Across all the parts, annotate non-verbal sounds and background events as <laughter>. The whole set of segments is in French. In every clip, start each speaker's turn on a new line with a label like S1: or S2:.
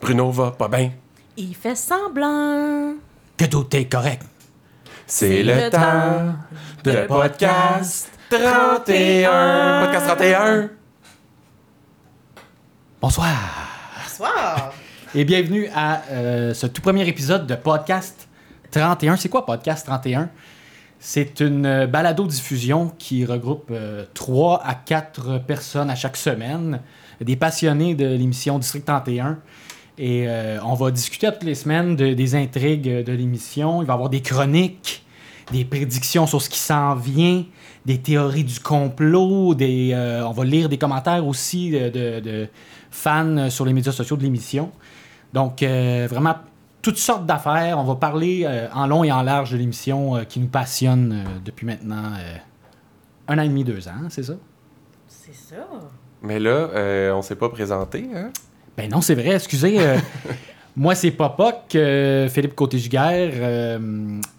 S1: Bruno va pas bien.
S2: Il fait semblant.
S3: Que tout est correct.
S1: C'est le temps de podcast 31. Podcast 31.
S3: Bonsoir
S2: Bonsoir.
S3: <laughs> et bienvenue à euh, ce tout premier épisode de Podcast 31. C'est quoi Podcast 31? C'est une euh, balado-diffusion qui regroupe 3 à 4 personnes à chaque semaine, des passionnés de l'émission District 31. Et euh, on va discuter à toutes les semaines de- des intrigues de l'émission. Il va y avoir des chroniques, des prédictions sur ce qui s'en vient, des théories du complot, des, euh, on va lire des commentaires aussi de, de- de fans sur les médias sociaux de l'émission. Donc, euh, vraiment, toutes sortes d'affaires. On va parler euh, en long et en large de l'émission euh, qui nous passionne euh, depuis maintenant euh, un an et demi, deux ans, hein, c'est ça?
S2: C'est ça.
S1: Mais là, euh, on s'est pas présenté, hein?
S3: Ben non, c'est vrai, excusez.
S1: <laughs>
S3: euh, moi, c'est pas POC, euh, Philippe côté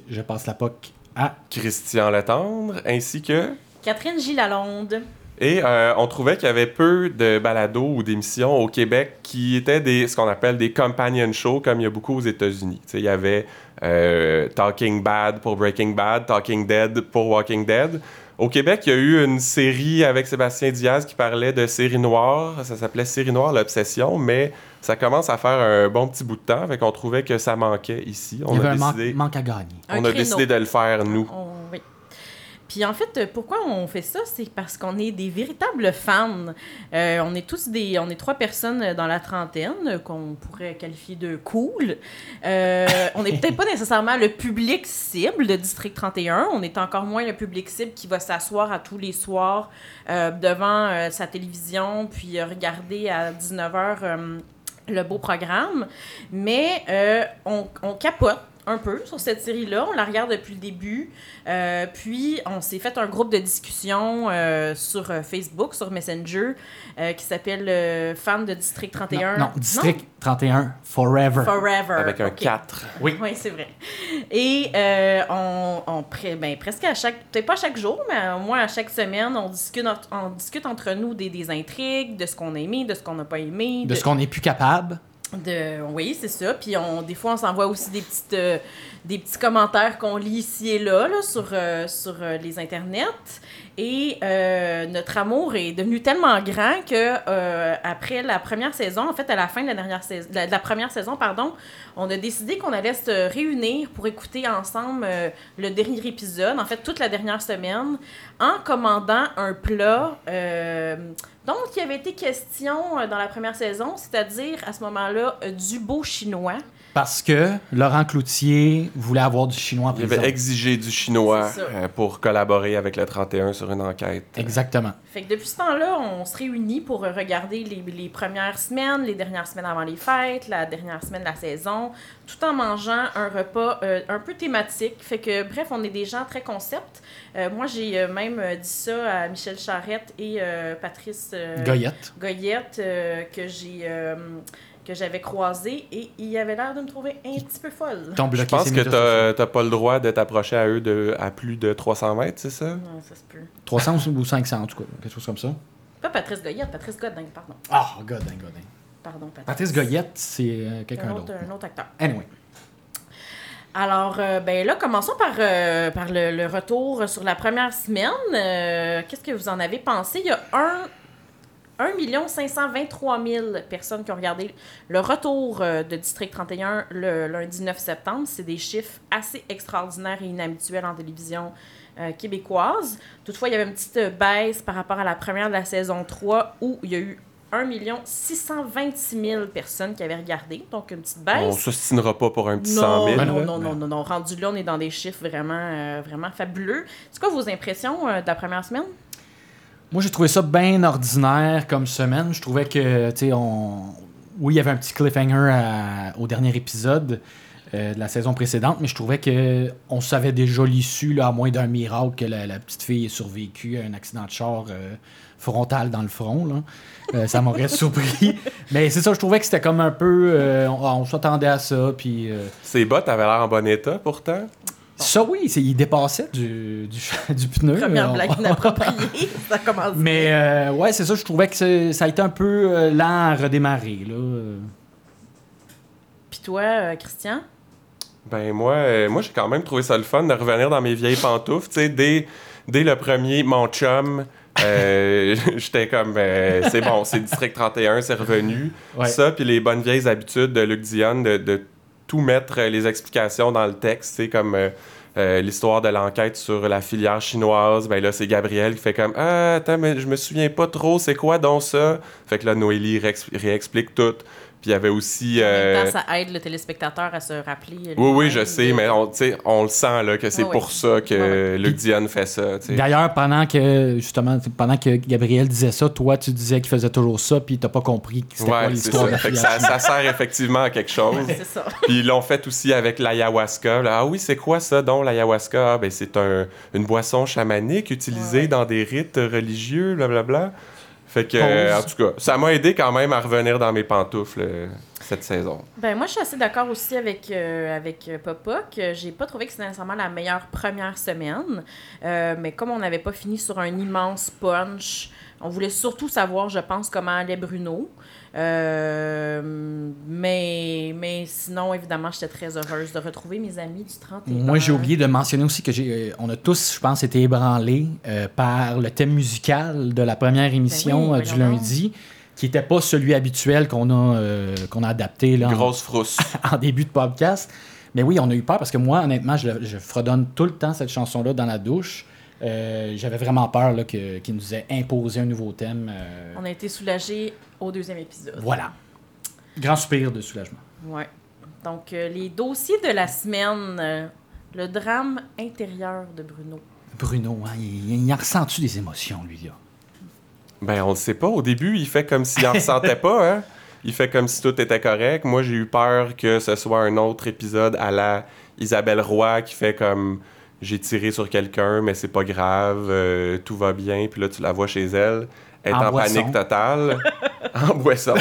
S3: je passe la POC à.
S1: Christian Latendre, ainsi que.
S2: Catherine Gilalonde.
S1: Et euh, on trouvait qu'il y avait peu de balados ou d'émissions au Québec qui étaient des, ce qu'on appelle des companion shows, comme il y a beaucoup aux États-Unis. Tu sais, Il y avait euh, Talking Bad pour Breaking Bad, Talking Dead pour Walking Dead. Au Québec, il y a eu une série avec Sébastien Diaz qui parlait de série noire. Ça s'appelait Série noire, l'obsession, mais ça commence à faire un bon petit bout de temps. Fait qu'on trouvait que ça manquait ici. On
S3: Il y
S1: a
S3: avait un manque,
S1: décidé,
S3: manque à gagner.
S2: Un
S1: on a
S2: créneau.
S1: décidé de le faire, nous.
S2: On- Oh, oui. Puis en fait, euh, pourquoi on fait ça, c'est parce qu'on est des véritables fans. Euh, on est tous des, on est trois personnes euh, dans la trentaine euh, qu'on pourrait qualifier de cool. Euh, on n'est peut-être pas nécessairement le public cible de District 31. On est encore moins le public cible qui va s'asseoir à tous les soirs euh, devant euh, sa télévision puis euh, regarder à euh, 19h le beau programme. Mais euh, on, on capote un peu sur cette série-là. On la regarde depuis le début. Euh, puis, on s'est fait un groupe de discussion euh, sur euh, Facebook, sur Messenger, euh, qui s'appelle euh, Fans de District 31.
S3: Non, non, District 31, Forever.
S2: Forever.
S1: Avec un
S2: Ok.
S1: 4.
S3: Oui.
S2: Oui, c'est vrai. Et euh, on, on pre- ben, presque à chaque, peut-être pas à chaque jour, mais au moins à chaque semaine, on discute, entre- on discute entre nous des, des intrigues, de ce qu'on a aimé, de ce qu'on n'a pas aimé.
S3: De ce qu'on n'est plus capable.
S2: De, oui, c'est ça. Puis on, des fois, on s'envoie aussi des, petites, euh, des petits commentaires qu'on lit ici et là, là, sur, euh, sur euh, les internets. Et euh, notre amour est devenu tellement grand que euh, après la première saison, en fait, à la fin de la, dernière saison, de la, de la première saison, pardon, on a décidé qu'on allait se réunir pour écouter ensemble euh, le dernier épisode, en fait, toute la dernière semaine, en commandant un plat. euh, donc, il y avait été question euh, dans la première saison, c'est-à-dire à ce moment-là euh, du beau chinois.
S3: Parce que Laurent Cloutier voulait avoir du chinois en
S1: Il
S3: prison.
S1: avait exigé du chinois
S2: C'est ça.
S1: euh, pour collaborer avec le 31 sur une enquête.
S3: Exactement.
S2: Fait que depuis ce temps-là, on se réunit pour euh, regarder les, les premières semaines, les dernières semaines avant les fêtes, la dernière semaine de la saison, tout en mangeant un repas euh, un peu thématique. Fait que, bref, on est des gens très concept. Euh, moi, j'ai euh, même euh, dit ça à Michel Charrette et euh, Patrice euh,
S3: Goyette.
S2: Goyette euh, que j'ai euh, que j'avais croisé et il avait l'air de me trouver un petit peu folle.
S3: T'ont bloqué
S1: Je pense
S3: ses
S1: que
S3: médias sociaux.
S1: t'as t'as pas le droit de t'approcher à eux de, à plus de 300 mètres, c'est ça?
S2: Non, ça se peut.
S3: 300 ou 500, en tout cas, quelque chose comme ça.
S2: Pas Patrice Goyette, Patrice Godin, pardon.
S3: Ah, godin, godin.
S2: Pardon, Patrice.
S3: Patrice Goyette, c'est euh, quelqu'un
S2: Un autre,
S3: d'autre.
S2: un autre acteur.
S3: Anyway.
S2: Alors, euh, ben là, commençons par, euh, par le, le retour sur la première semaine. Euh, Qu'est-ce que vous en avez pensé? Il y a un. 1 523 000 personnes qui ont regardé le retour euh, de District 31 le lundi 9 septembre. C'est des chiffres assez extraordinaires et inhabituels en télévision euh, québécoise. Toutefois, il y avait une petite euh, baisse par rapport à la première de la saison 3 où il y a eu 1 626 000 personnes qui avaient regardé. Donc, une petite baisse.
S1: On s'ostinera pas pour un petit 100
S2: Non,
S1: 000.
S3: Ben
S2: non,
S3: ouais.
S2: non, non, non, non. Rendu là, on est dans des chiffres vraiment, euh, vraiment fabuleux. C'est quoi vos impressions euh, de la première semaine?
S3: Moi, j'ai trouvé ça bien ordinaire comme semaine. Je trouvais que, tu sais, on... oui, il y avait un petit cliffhanger à- au dernier épisode euh, de la saison précédente, mais je trouvais que on savait déjà l'issue, là, à moins d'un miracle, que la, la petite fille ait survécu à un accident de char euh, frontal dans le front. Là. Euh, ça m'aurait <laughs> surpris. Mais c'est ça, je trouvais que c'était comme un peu. euh, on, on s'attendait à ça, puis. euh,
S1: Ses bottes avaient l'air en bon état pourtant.
S3: Ça, oui, c'est- il dépassait du, du, <laughs> du pneu.
S2: Première
S3: On- <laughs>
S2: blague inappropriée. ça commence.
S3: Mais euh, ouais, c'est ça, je trouvais que c'est- ça a été un peu euh, lent à redémarrer. Là. Euh,
S2: toi, euh, Christian?
S1: Ben moi, euh, moi j'ai quand même trouvé ça le fun de revenir dans mes vieilles pantoufles. Tu sais, dès, dès le premier, mon chum, euh, <laughs> j'étais comme, euh, c'est bon, c'est District 31, c'est revenu.
S3: Ouais.
S1: Ça, puis les bonnes vieilles habitudes de Luc Dion de, de tout mettre euh, les explications dans le texte, c'est comme euh, euh, l'histoire de l'enquête sur la filière chinoise. Ben là, c'est Gabriel qui fait comme Ah, attends, mais je me souviens pas trop, c'est quoi donc ça Fait que là, Noélie réex- réexplique tout. Puis il y avait aussi.
S2: En
S1: euh,
S2: même temps, ça aide le téléspectateur à se rappeler.
S1: oui,
S2: lui-même
S1: oui, je
S2: de-
S1: sais, mais on, tu sais, on le sent là, que c'est
S2: Ouais,
S1: pour
S2: ouais.
S1: ça que
S2: Ouais,
S1: Luc Dion fait ça. tu sais.
S3: D'ailleurs, pendant que justement, pendant que Gabriel disait ça, toi, tu disais qu'il faisait toujours ça, puis t'as pas compris que c'était quoi
S1: Ouais, c'est
S3: l'histoire de
S1: ça.
S3: la
S1: Fait que
S3: filiation.
S1: ça, ça sert effectivement à quelque chose.
S2: C'est ça.
S1: Puis ils l'ont fait aussi avec l'ayahuasca. Là, Ah oui, c'est quoi ça donc l'ayahuasca? Ah, ben, c'est un- une boisson chamanique utilisée
S2: Ouais.
S1: dans des rites religieux, blablabla. Fait que,
S3: Pause.
S1: euh, en tout cas, ça m'a aidé quand même à revenir dans mes pantoufles euh, cette saison.
S2: Ben moi, je suis assez d'accord aussi avec, euh, avec euh, Papa que j'ai pas trouvé que c'était nécessairement la meilleure première semaine. Euh, mais comme on n'avait pas fini sur un immense punch, on voulait surtout savoir, je pense, comment allait Bruno. Euh, mais, mais sinon, évidemment, j'étais très heureuse de retrouver mes amis du 31.
S3: Moi, j'ai oublié de mentionner aussi que j'ai, euh, on a tous, je pense, été ébranlés euh, par le thème musical de la première émission
S2: Ben oui,
S3: euh, du
S2: voyons donc.
S3: lundi, qui n'était pas celui habituel qu'on a, euh, qu'on a adapté là, en-
S1: Grosse frousse.
S3: <laughs> en début de podcast. Mais oui, on a eu peur parce que moi, honnêtement, je, je fredonne tout le temps cette chanson-là dans la douche. Euh, J'avais vraiment peur là, que, qu'il nous ait imposé un nouveau thème. euh,
S2: On a été soulagés au deuxième épisode.
S3: Voilà. Grand soupir de soulagement.
S2: Ouais. Donc, euh, les dossiers de la semaine. euh, le drame intérieur de Bruno.
S3: Bruno, hein, il, il en ressent-tu des émotions, lui, là?
S1: ben, on le sait pas. Au début, il fait comme s'il en ressentait pas, hein. Il fait comme si tout était correct. Moi, j'ai eu peur que ce soit un autre épisode à la Isabelle Roy qui fait comme j'ai tiré sur quelqu'un, mais c'est pas grave, euh, tout va bien. Puis là, tu la vois chez elle, elle est
S3: En
S1: en,
S3: boisson.
S1: panique totale, <laughs> en boisson.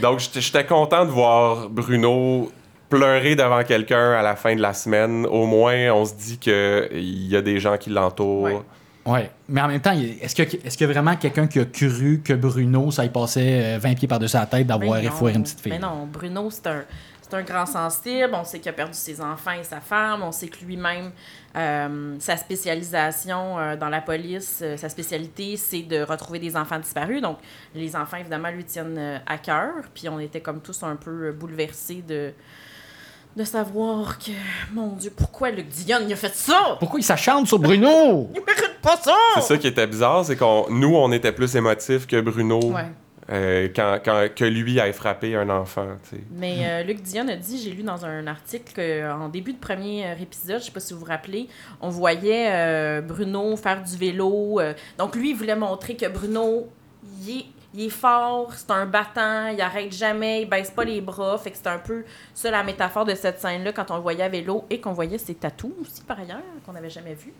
S1: Donc, j'étais- j'étais content de voir Bruno pleurer devant quelqu'un à la fin de la semaine. Au moins, on se dit qu'il y a des gens qui l'entourent.
S2: Ouais.
S3: Ouais. Mais en même temps, il- est-ce que- est-ce qu'il y a vraiment quelqu'un qui a cru que Bruno, ça y passait euh, 20 pieds par-dessus la tête d'avoir
S2: Ben non,
S3: effoué une petite fille?
S2: ben non, Bruno, c'est un, c'est un grand sensible. On sait qu'il a perdu ses enfants et sa femme. On sait que lui-même, euh, sa spécialisation euh, dans la police, euh, sa spécialité, c'est de retrouver des enfants disparus. Donc, les enfants, évidemment, lui tiennent euh, à cœur. Puis, on était comme tous un peu euh, bouleversés de, de savoir que, mon Dieu, pourquoi Luc Dion il a fait ça?
S3: Pourquoi il s'acharne sur Bruno?
S2: Il mérite pas ça!
S1: C'est ça qui était bizarre, c'est qu'on nous on était plus émotifs que Bruno
S2: Ouais.
S1: euh, quand, quand- que lui ait frappé un enfant. tu sais.
S2: Mais euh, Luc Dion a dit, j'ai lu dans un article qu'en début de premier euh, épisode, je sais pas si vous vous rappelez, on voyait euh, Bruno faire du vélo. euh, donc lui, il voulait montrer que Bruno, il est, il est fort, c'est un battant, il arrête jamais, il baisse pas les bras. Fait que c'est un peu ça la métaphore de cette scène-là quand on le voyait à vélo et qu'on voyait ses tatous aussi par ailleurs, qu'on n'avait jamais vu.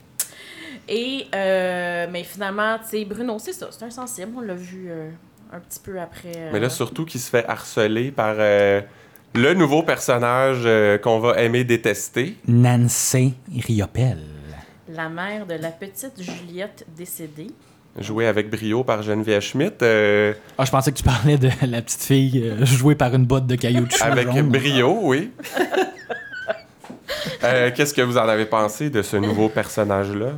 S2: Et euh, mais finalement, tu sais, Bruno, c'est ça, c'est un sensible, on l'a vu euh, un petit peu après.
S1: Mais
S2: euh,
S1: là surtout qu'il se fait harceler par euh, le nouveau personnage euh, qu'on va aimer détester.
S3: Nancy Riopel.
S2: la mère de la petite Juliette décédée.
S1: Joué avec brio par Geneviève Schmidt. euh,
S3: Ah, je pensais que tu parlais de la petite fille euh, jouée par une botte de cailloux de chou
S1: avec
S3: jaune.
S1: brio, oui. <laughs> Euh, Qu'est-ce que vous en avez pensé de ce nouveau personnage-là?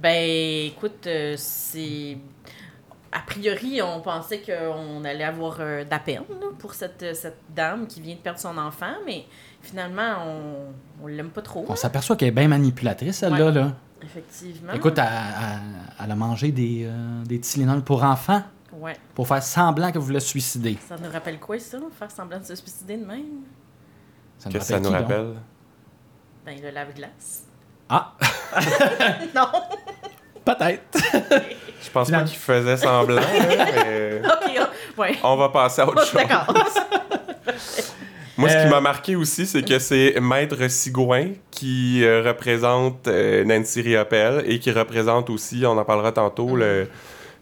S2: Ben, écoute, euh, c'est. A priori, on pensait qu'on allait avoir euh, de la peine là, pour cette, cette dame qui vient de perdre son enfant, mais finalement, on, on l'aime pas trop.
S3: On
S2: hein,
S3: s'aperçoit qu'elle est bien manipulatrice, celle-là.
S2: Ouais.
S3: Là.
S2: effectivement.
S3: Écoute, elle, elle- elle a mangé des, euh, des Tylenol pour enfants
S2: Ouais.
S3: pour faire semblant que vous voulez se suicider.
S2: Ça nous rappelle quoi, ça, faire semblant de se suicider de même?
S3: Ça
S1: Qu'est-ce que ça
S3: qui,
S1: nous
S3: donc?
S1: rappelle?
S2: Ben, le lave-glace.
S3: Ah,
S2: <laughs>
S3: <laughs>
S2: non!
S3: peut-être.
S1: Je pense pas
S3: Finalement.
S1: qu'il faisait semblant, là, mais
S2: ok, on- ouais.
S1: on va <laughs> passer à autre chose.
S2: D'accord.
S1: Moi, ce
S3: Euh,
S1: qui m'a marqué aussi, c'est que c'est Maître Sigouin qui euh, représente euh, Nancy Riopelle et qui représente aussi, on en parlera tantôt, le,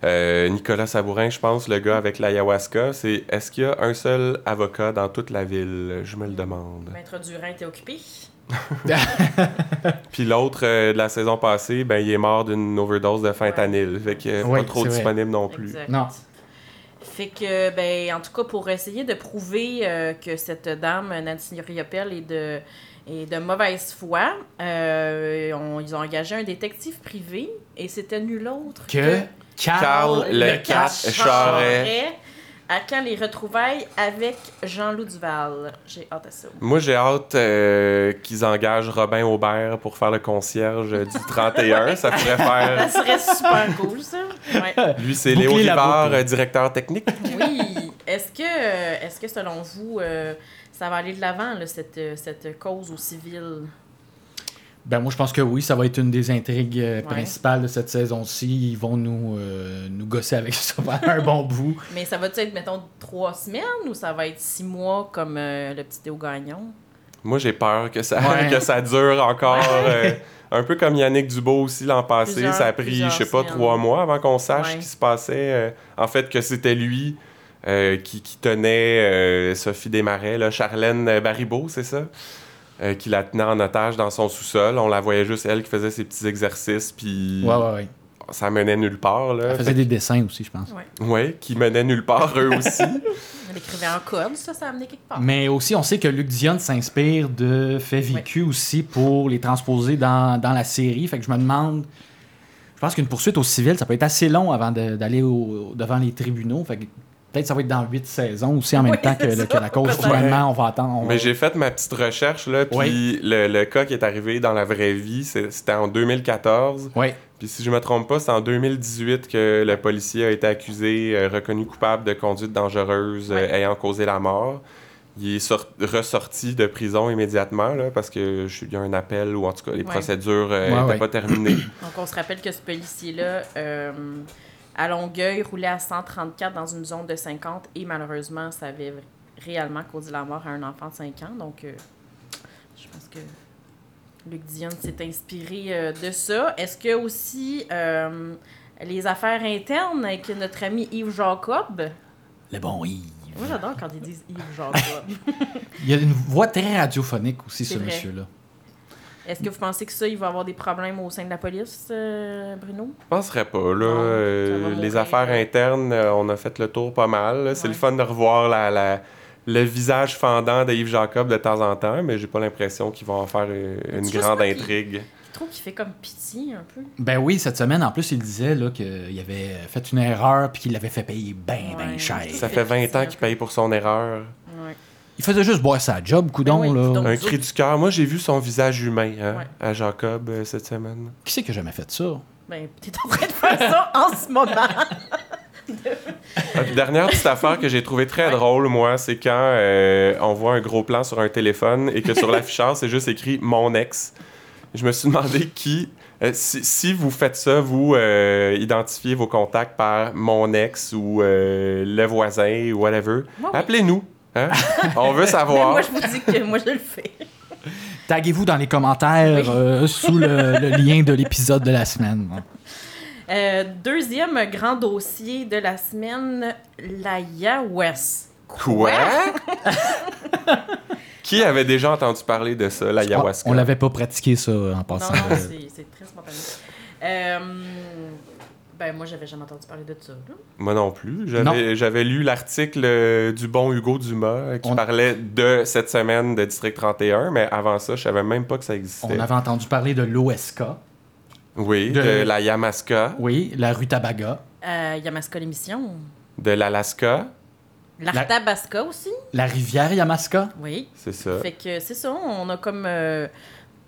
S1: euh, Nicolas Sabourin, je pense, le gars avec l'ayahuasca. C'est est-ce qu'il y a un seul avocat dans toute la ville Je me le demande.
S2: Maître Durin était occupé.
S1: Puis l'autre euh, de la saison passée, ben il est mort d'une overdose de fentanyl, fait que euh,
S3: Ouais,
S1: pas trop
S3: c'est vrai.
S1: disponible non plus.
S2: Exact.
S3: Non.
S2: Fait que, ben, en tout cas, pour essayer de prouver euh, que cette dame, Nancy Riopelle, est de, est de mauvaise foi, euh, on- ils ont engagé un détective privé et c'était nul autre
S3: Que Carl,
S1: Carl le
S3: Cat
S1: Cat Charret.
S2: À quand les retrouvailles avec Jean-Loup Duval? J'ai hâte à ça.
S1: Moi, j'ai hâte euh, qu'ils engagent Robin Aubert pour faire le concierge euh, du 31. ça pourrait
S2: Ça
S1: faire.
S2: serait super cool, ça.
S1: <laughs>
S2: Ouais.
S1: Lui, c'est
S3: Boucler
S1: Léo
S3: la
S1: Rivard,
S3: boucle.
S1: euh, directeur technique.
S2: Oui. Est-ce que, euh, est-ce que selon vous, euh, ça va aller de l'avant, là, cette, euh, cette cause au civil?
S3: Ben moi, je pense que oui, ça va être une des intrigues euh,
S2: Ouais.
S3: principales de cette saison-ci. Ils vont nous, euh, nous gosser avec <laughs> ça pendant un bon bout.
S2: Mais ça va-tu être, mettons, trois semaines ou ça va être six mois comme euh, le petit Théo Gagnon?
S1: Moi, j'ai peur que ça,
S3: Ouais.
S1: <laughs> que ça dure encore. euh, un peu comme Yannick Dubo aussi l'an passé.
S2: Plusieurs-
S1: ça a pris, je
S2: plusieurs
S1: sais pas,
S2: semaines.
S1: trois mois avant qu'on sache
S2: Ouais.
S1: ce qui se passait. euh, en fait, que c'était lui. euh, qui, qui tenait euh, Sophie Desmarais, là, Charlène Baribeau, c'est ça? Euh, qui la tenait en otage dans son sous-sol. On la voyait juste, elle, qui faisait ses petits exercices, puis
S3: Ouais, ouais, ouais.
S1: ça menait nulle part. Là.
S3: Elle faisait des dessins aussi, je pense.
S1: Oui, qui menait nulle part eux aussi.
S2: Elle écrivait en code, ça, ça a amené quelque part.
S3: Mais aussi, on sait que Luc Dion s'inspire de faits vécus aussi pour les transposer dans, dans la série. Fait que je me demande. Je pense qu'une poursuite au civil, ça peut être assez long avant de- d'aller au- devant les tribunaux. Fait que peut-être ça va être dans huit saisons aussi en même
S2: Oui,
S3: temps que,
S2: c'est
S3: le-
S2: ça.
S3: que la cause.
S2: Peut-être.
S3: Finalement, on va attendre. on va-
S1: Mais j'ai fait ma petite recherche, là, puis
S3: Oui.
S1: le, le cas qui est arrivé dans la vraie vie, c'est- c'était en 2014.
S3: Ouais.
S1: Puis si je me trompe pas, c'est en 2018 que le policier a été accusé, euh, reconnu coupable de conduite dangereuse euh,
S2: Ouais.
S1: ayant causé la mort. Il est sor- ressorti de prison immédiatement, là, parce que je- il y a un appel, ou en tout cas, les
S2: Ouais.
S1: procédures
S3: Ouais,
S1: n'étaient
S3: ouais.
S1: pas terminées.
S2: Donc, on se rappelle que ce policier-là, euh, à Longueuil, roulait à 134 dans une zone de 50 et malheureusement, ça avait réellement causé la mort à un enfant de 5 ans. Donc, euh, je pense que Luc Dion s'est inspiré euh, de ça. Est-ce que aussi euh, les affaires internes avec notre ami Yves Jacob?
S3: Le bon Yves.
S2: Moi, j'adore quand ils disent Yves Jacob.
S3: Il y a une voix très radiophonique aussi,
S2: C'est
S3: ce
S2: vrai.
S3: monsieur-là.
S2: Est-ce que vous pensez que ça, il va avoir des problèmes au sein de la police, euh, Bruno?
S1: Je penserais pas. Là,
S2: Non,
S1: Euh,
S2: ça va mourir.
S1: les affaires internes, euh, on a fait le tour pas mal. là. C'est
S2: Ouais.
S1: le fun de revoir la, la- le visage fendant de Yves Jacob de temps en temps, mais j'ai pas l'impression qu'ils vont en faire euh,
S2: Mais
S1: une
S2: tu sais
S1: grande
S2: pas qui-
S1: intrigue.
S2: Je trouve qu'il fait comme pitié un peu.
S3: Ben oui, cette semaine, en plus, il disait là, qu'il avait fait une erreur puis qu'il l'avait fait payer ben, ben
S2: Ouais.
S3: cher.
S1: Ça fait 20 ans qu'il paye pour son erreur.
S2: Ouais.
S3: Il faisait juste boire sa job, coudon.
S2: Ben oui,
S3: là.
S2: coudon.
S1: Un
S2: Nous
S1: cri du cœur. Moi, j'ai vu son visage humain hein,
S2: Ouais.
S1: à Jacob euh, cette semaine.
S3: Qui c'est qui a jamais fait ça?
S2: Ben, t'es en train de faire ça en ce moment.
S1: Ah, puis dernière petite affaire que j'ai trouvé très drôle, moi, c'est quand euh, on voit un gros plan sur un téléphone et que
S2: <laughs>
S1: sur l'affichage, c'est juste écrit mon ex. Je me suis demandé qui. euh, si, si vous faites ça, vous euh, identifiez vos contacts par mon ex ou euh, le voisin ou whatever.
S2: <laughs> Moi, oui.
S1: Appelez-nous. hein? on
S2: <laughs>
S1: veut
S2: Mais
S1: savoir.
S2: Ben, moi, je vous dis que moi, je le fais.
S3: Taguez-vous dans les commentaires
S2: Oui.
S3: euh, sous le,
S2: <laughs>
S3: le lien de l'épisode de la semaine.
S2: Euh, deuxième grand dossier de la semaine, la Yawes.
S1: Quoi? qui avait déjà entendu parler de ça, la ayahuasca?
S3: On l'avait pas pratiqué Oh, ça en
S2: Non,
S3: passant.
S2: non, c'est- c'est très spontané. Euh, ben, moi, j'avais jamais entendu parler de ça. là.
S1: Moi non plus.
S3: Non.
S1: J'avais- J'avais lu l'article euh, du bon Hugo Dumas euh, qui
S3: On-
S1: parlait de cette semaine de District 31, mais avant ça, je savais même pas que ça existait.
S3: On avait entendu parler de l'OSK,
S1: Oui,
S3: De-
S1: de, la Yamaska,
S3: oui, la Rutabaga,
S2: Euh, Yamaska, l'émission.
S1: de l'Alaska,
S2: L'Arthabasca aussi.
S3: la rivière Yamaska.
S2: Oui.
S1: c'est ça.
S2: Fait que c'est ça, on a comme euh,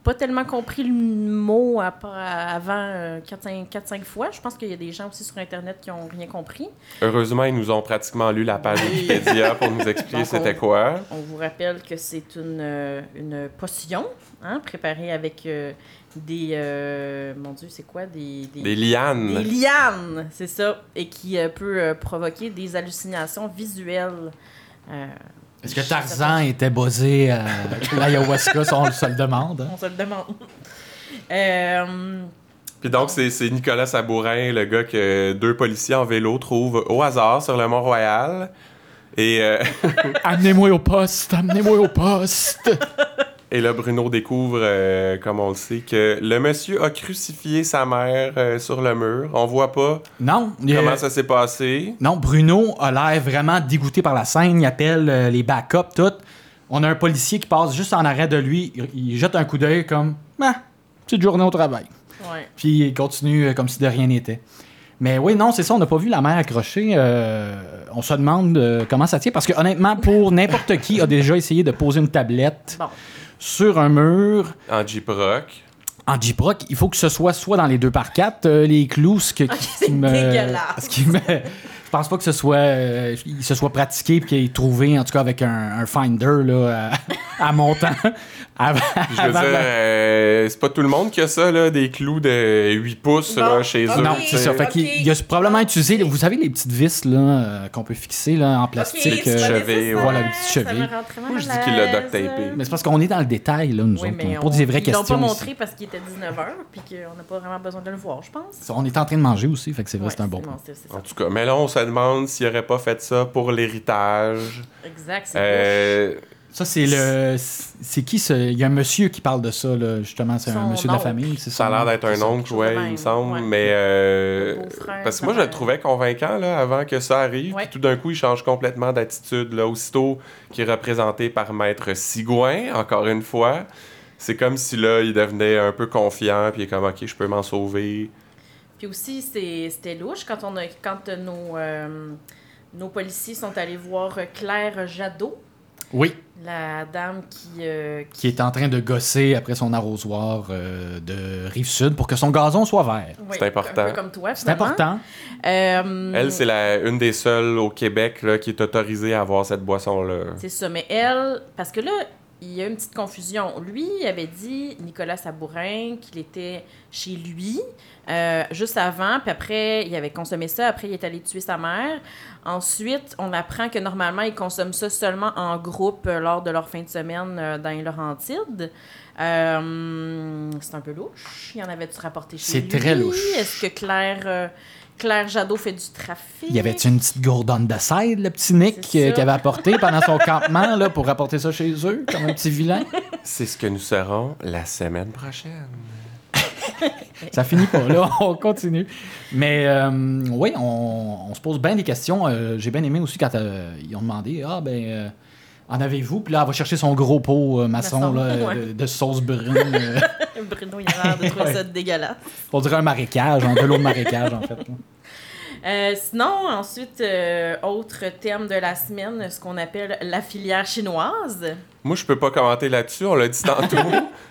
S2: pas tellement compris le mot à part- à- avant euh, 4-5 fois. Je pense qu'il y a des gens aussi sur Internet qui ont rien compris.
S1: Heureusement, ils nous ont pratiquement lu la page Wikipédia pour
S2: <laughs>
S1: nous expliquer
S2: Donc,
S1: c'était
S2: on-
S1: quoi.
S2: On vous rappelle que c'est une, euh, une potion hein, préparée avec euh, des... euh, mon Dieu, c'est quoi? Des, des-
S1: Des lianes.
S2: des lianes, c'est ça. Et qui euh, peut euh, provoquer des hallucinations visuelles. Euh,
S3: Est-ce que Tarzan était basé à l'ayahuasca, si on se le demande? hein?
S2: on se le demande. <laughs> Euh,
S1: Puis donc, c'est c'est Nicolas Sabourin, le gars que deux policiers en vélo trouvent au hasard sur le Mont-Royal. Et euh,
S3: Amenez-moi au poste, amenez-moi au poste.
S1: Et là, Bruno découvre, euh, comme on le sait, que le monsieur a crucifié sa mère euh, sur le mur. On voit pas
S3: Non, il-
S1: comment ça s'est passé.
S3: non, Bruno a l'air vraiment dégoûté par la scène. Il appelle euh, les backups, tout. On a un policier qui passe juste en arrêt de lui. Il, il jette un coup d'œil comme Ah, petite journée au travail.
S2: Ouais.
S3: Puis il continue euh, comme si de rien n'était. Mais oui, non, c'est ça, on n'a pas vu la mère accrochée. euh, on se demande euh, comment ça tient. Parce que honnêtement, pour n'importe qui a déjà essayé de poser une tablette
S2: Bon.
S3: sur un mur
S1: En Jeep Rock.
S3: en Jeep Rock, il faut que ce soit soit dans les deux par quatre, euh, les clous, ce que,
S2: c'est dégueulasse.
S3: ce qui me- je pense pas que ce soit, euh, il se soit pratiqué et qu'il ait trouvé, en tout cas avec un, un finder là, à, à montant. <laughs> avant-
S1: Puis Je veux
S3: <laughs> avant
S1: dire,
S3: la-
S1: euh, c'est pas tout le monde qui a ça, là, des clous de 8 pouces
S2: Bon,
S1: là, chez
S2: ok.
S1: eux.
S3: Non,
S1: tu
S3: c'est
S1: sais.
S3: ça. Fait qu'il il a probablement utilisé, vous savez, les petites vis là, euh, qu'on peut fixer là, en plastique.
S1: les petites
S3: euh,
S1: chevilles, ouais.
S3: Voilà, les petites chevilles.
S1: Moi, je dis qu'il l'a duct-tapé.
S3: mais c'est parce qu'on est dans le détail, là, nous
S2: Oui,
S3: autres.
S2: mais
S3: pour des vraies
S2: ils l'ont
S3: questions.
S2: pas
S3: ici.
S2: montré parce qu'il était 19h puis qu'on n'a pas vraiment besoin de le voir, je pense.
S3: On est en train de manger aussi, fait que c'est vrai,
S2: Ouais,
S3: c'est un bon point.
S2: c'est- c'est
S1: En
S2: ça.
S1: tout cas, mais là, on se demande s'il aurait pas fait ça pour l'héritage.
S2: Exact, c'est
S1: Euh,
S3: Ça, c'est le. C'est qui ce. Il y a un monsieur qui parle de ça, là, justement. C'est un
S2: Son
S3: monsieur de la
S2: oncle.
S3: famille, c'est
S1: ça a l'air d'être un oncle,
S2: chose de
S1: ouais,
S2: même,
S1: il me semble.
S2: ouais.
S1: Mais. euh,
S2: Le beau-frère,
S1: parce que moi, je
S2: ça,
S1: le trouvais convaincant, là, avant que ça arrive.
S2: Ouais.
S1: Puis tout d'un coup, il change complètement d'attitude, là. Aussitôt qu'il est représenté par Maître Sigouin, encore une fois. C'est comme si, là, il devenait un peu confiant, puis il est comme, OK, je peux m'en sauver.
S2: Puis aussi, c'est- c'était louche quand, on a, quand euh, nos, euh, nos policiers sont allés voir euh, Claire Jadot,
S3: Oui,
S2: la dame qui, euh,
S3: qui est en train de gosser après son arrosoir euh, de Rive-Sud pour que son gazon soit vert.
S2: ouais,
S1: C'est important.
S2: Un peu comme toi,
S3: C'est
S2: finalement.
S3: important.
S2: Euh,
S1: Elle, c'est la, une des seules au Québec là, qui est autorisée à avoir cette boisson-là.
S2: C'est ça, mais elle, parce que là, il y a une petite confusion. Lui il avait dit, Nicolas Sabourin, qu'il était chez lui euh, juste avant, puis après, il avait consommé ça, après, il est allé tuer sa mère. Ensuite, on apprend que normalement, ils consomment ça seulement en groupe euh, lors de leur fin de semaine euh, dans les Laurentides. Euh, c'est un peu louche. Il y en avait-tu rapporté chez
S3: C'est
S2: lui?
S3: très louche.
S2: Est-ce que Claire, euh, Claire Jadot fait du trafic?
S3: Il y avait une petite gourde on the side, le petit Nick,
S2: C'est
S3: euh,
S2: ça.
S3: qu'il avait apporté pendant son campement là, pour apporter ça chez eux, comme un petit vilain.
S1: C'est ce que nous serons la semaine prochaine.
S3: Ça finit pas, là, <laughs> on continue. Mais euh, oui, on, on se pose bien des questions. Euh, J'ai bien aimé aussi quand euh, ils ont demandé Ah, ben, euh, en avez-vous Puis là, elle va chercher son gros pot euh,
S2: Maçon,
S3: maçon, là,
S2: <laughs> ouais.
S3: de, de sauce brune. euh,
S2: <laughs> Bruno, il a l'air de trouver ça dégueulasse.
S3: on dirait un marécage, hein, de l'eau de marécage, en fait. là.
S2: Euh, sinon, ensuite, euh, autre thème de la semaine, ce qu'on appelle la filière chinoise.
S1: Moi, je peux pas commenter là-dessus, on l'a dit
S2: <laughs>
S1: tantôt.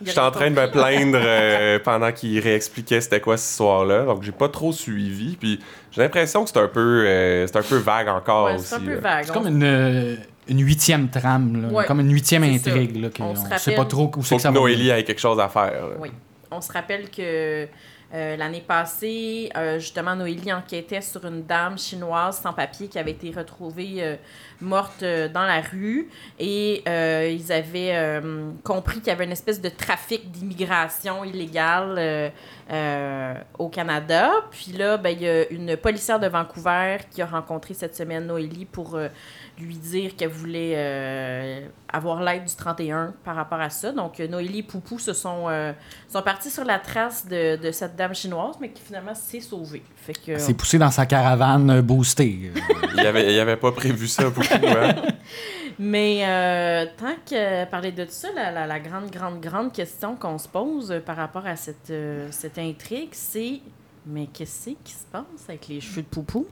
S1: J'étais en train de me plaindre euh, pendant qu'il réexpliquait c'était quoi ce soir-là, donc j'ai pas trop suivi. Puis j'ai l'impression que c'est un peu, euh, c'est un peu vague encore
S2: Ouais,
S1: aussi.
S2: c'est un peu
S1: là.
S2: vague.
S3: C'est comme une, euh, une huitième trame, là,
S2: Ouais.
S3: comme une huitième
S2: C'est ça.
S3: intrigue. Là, que
S2: On se
S3: on sait
S2: rappelle-
S3: pas trop où
S1: Faut
S3: c'est que
S1: que
S3: ça va.
S1: Noélie ait quelque chose à faire. là.
S2: Oui. On se rappelle que euh, l'année passée, euh, justement, Noélie enquêtait sur une dame chinoise sans papier qui avait été retrouvée euh, morte euh, dans la rue. Et euh, ils avaient euh, compris qu'il y avait une espèce de trafic d'immigration illégale euh, euh, au Canada. Puis là, ben, il y a une policière de Vancouver qui a rencontré cette semaine Noélie pour euh, lui dire qu'elle voulait euh, avoir l'aide du 31 par rapport à ça. Donc, euh, Noélie et Poupou se sont, euh, sont partis sur la trace de, de cette dame chinoise, mais qui finalement s'est sauvée. Fait que,
S3: C'est poussé dans sa caravane euh, boostée. euh.
S1: Il, avait, il avait pas prévu ça beaucoup. Hein?
S2: Mais euh, tant que parler de ça, la, la- la grande, grande, grande question qu'on se pose euh, par rapport à cette, euh, cette intrigue, c'est mais qu'est-ce qui se passe avec les cheveux de Poupou?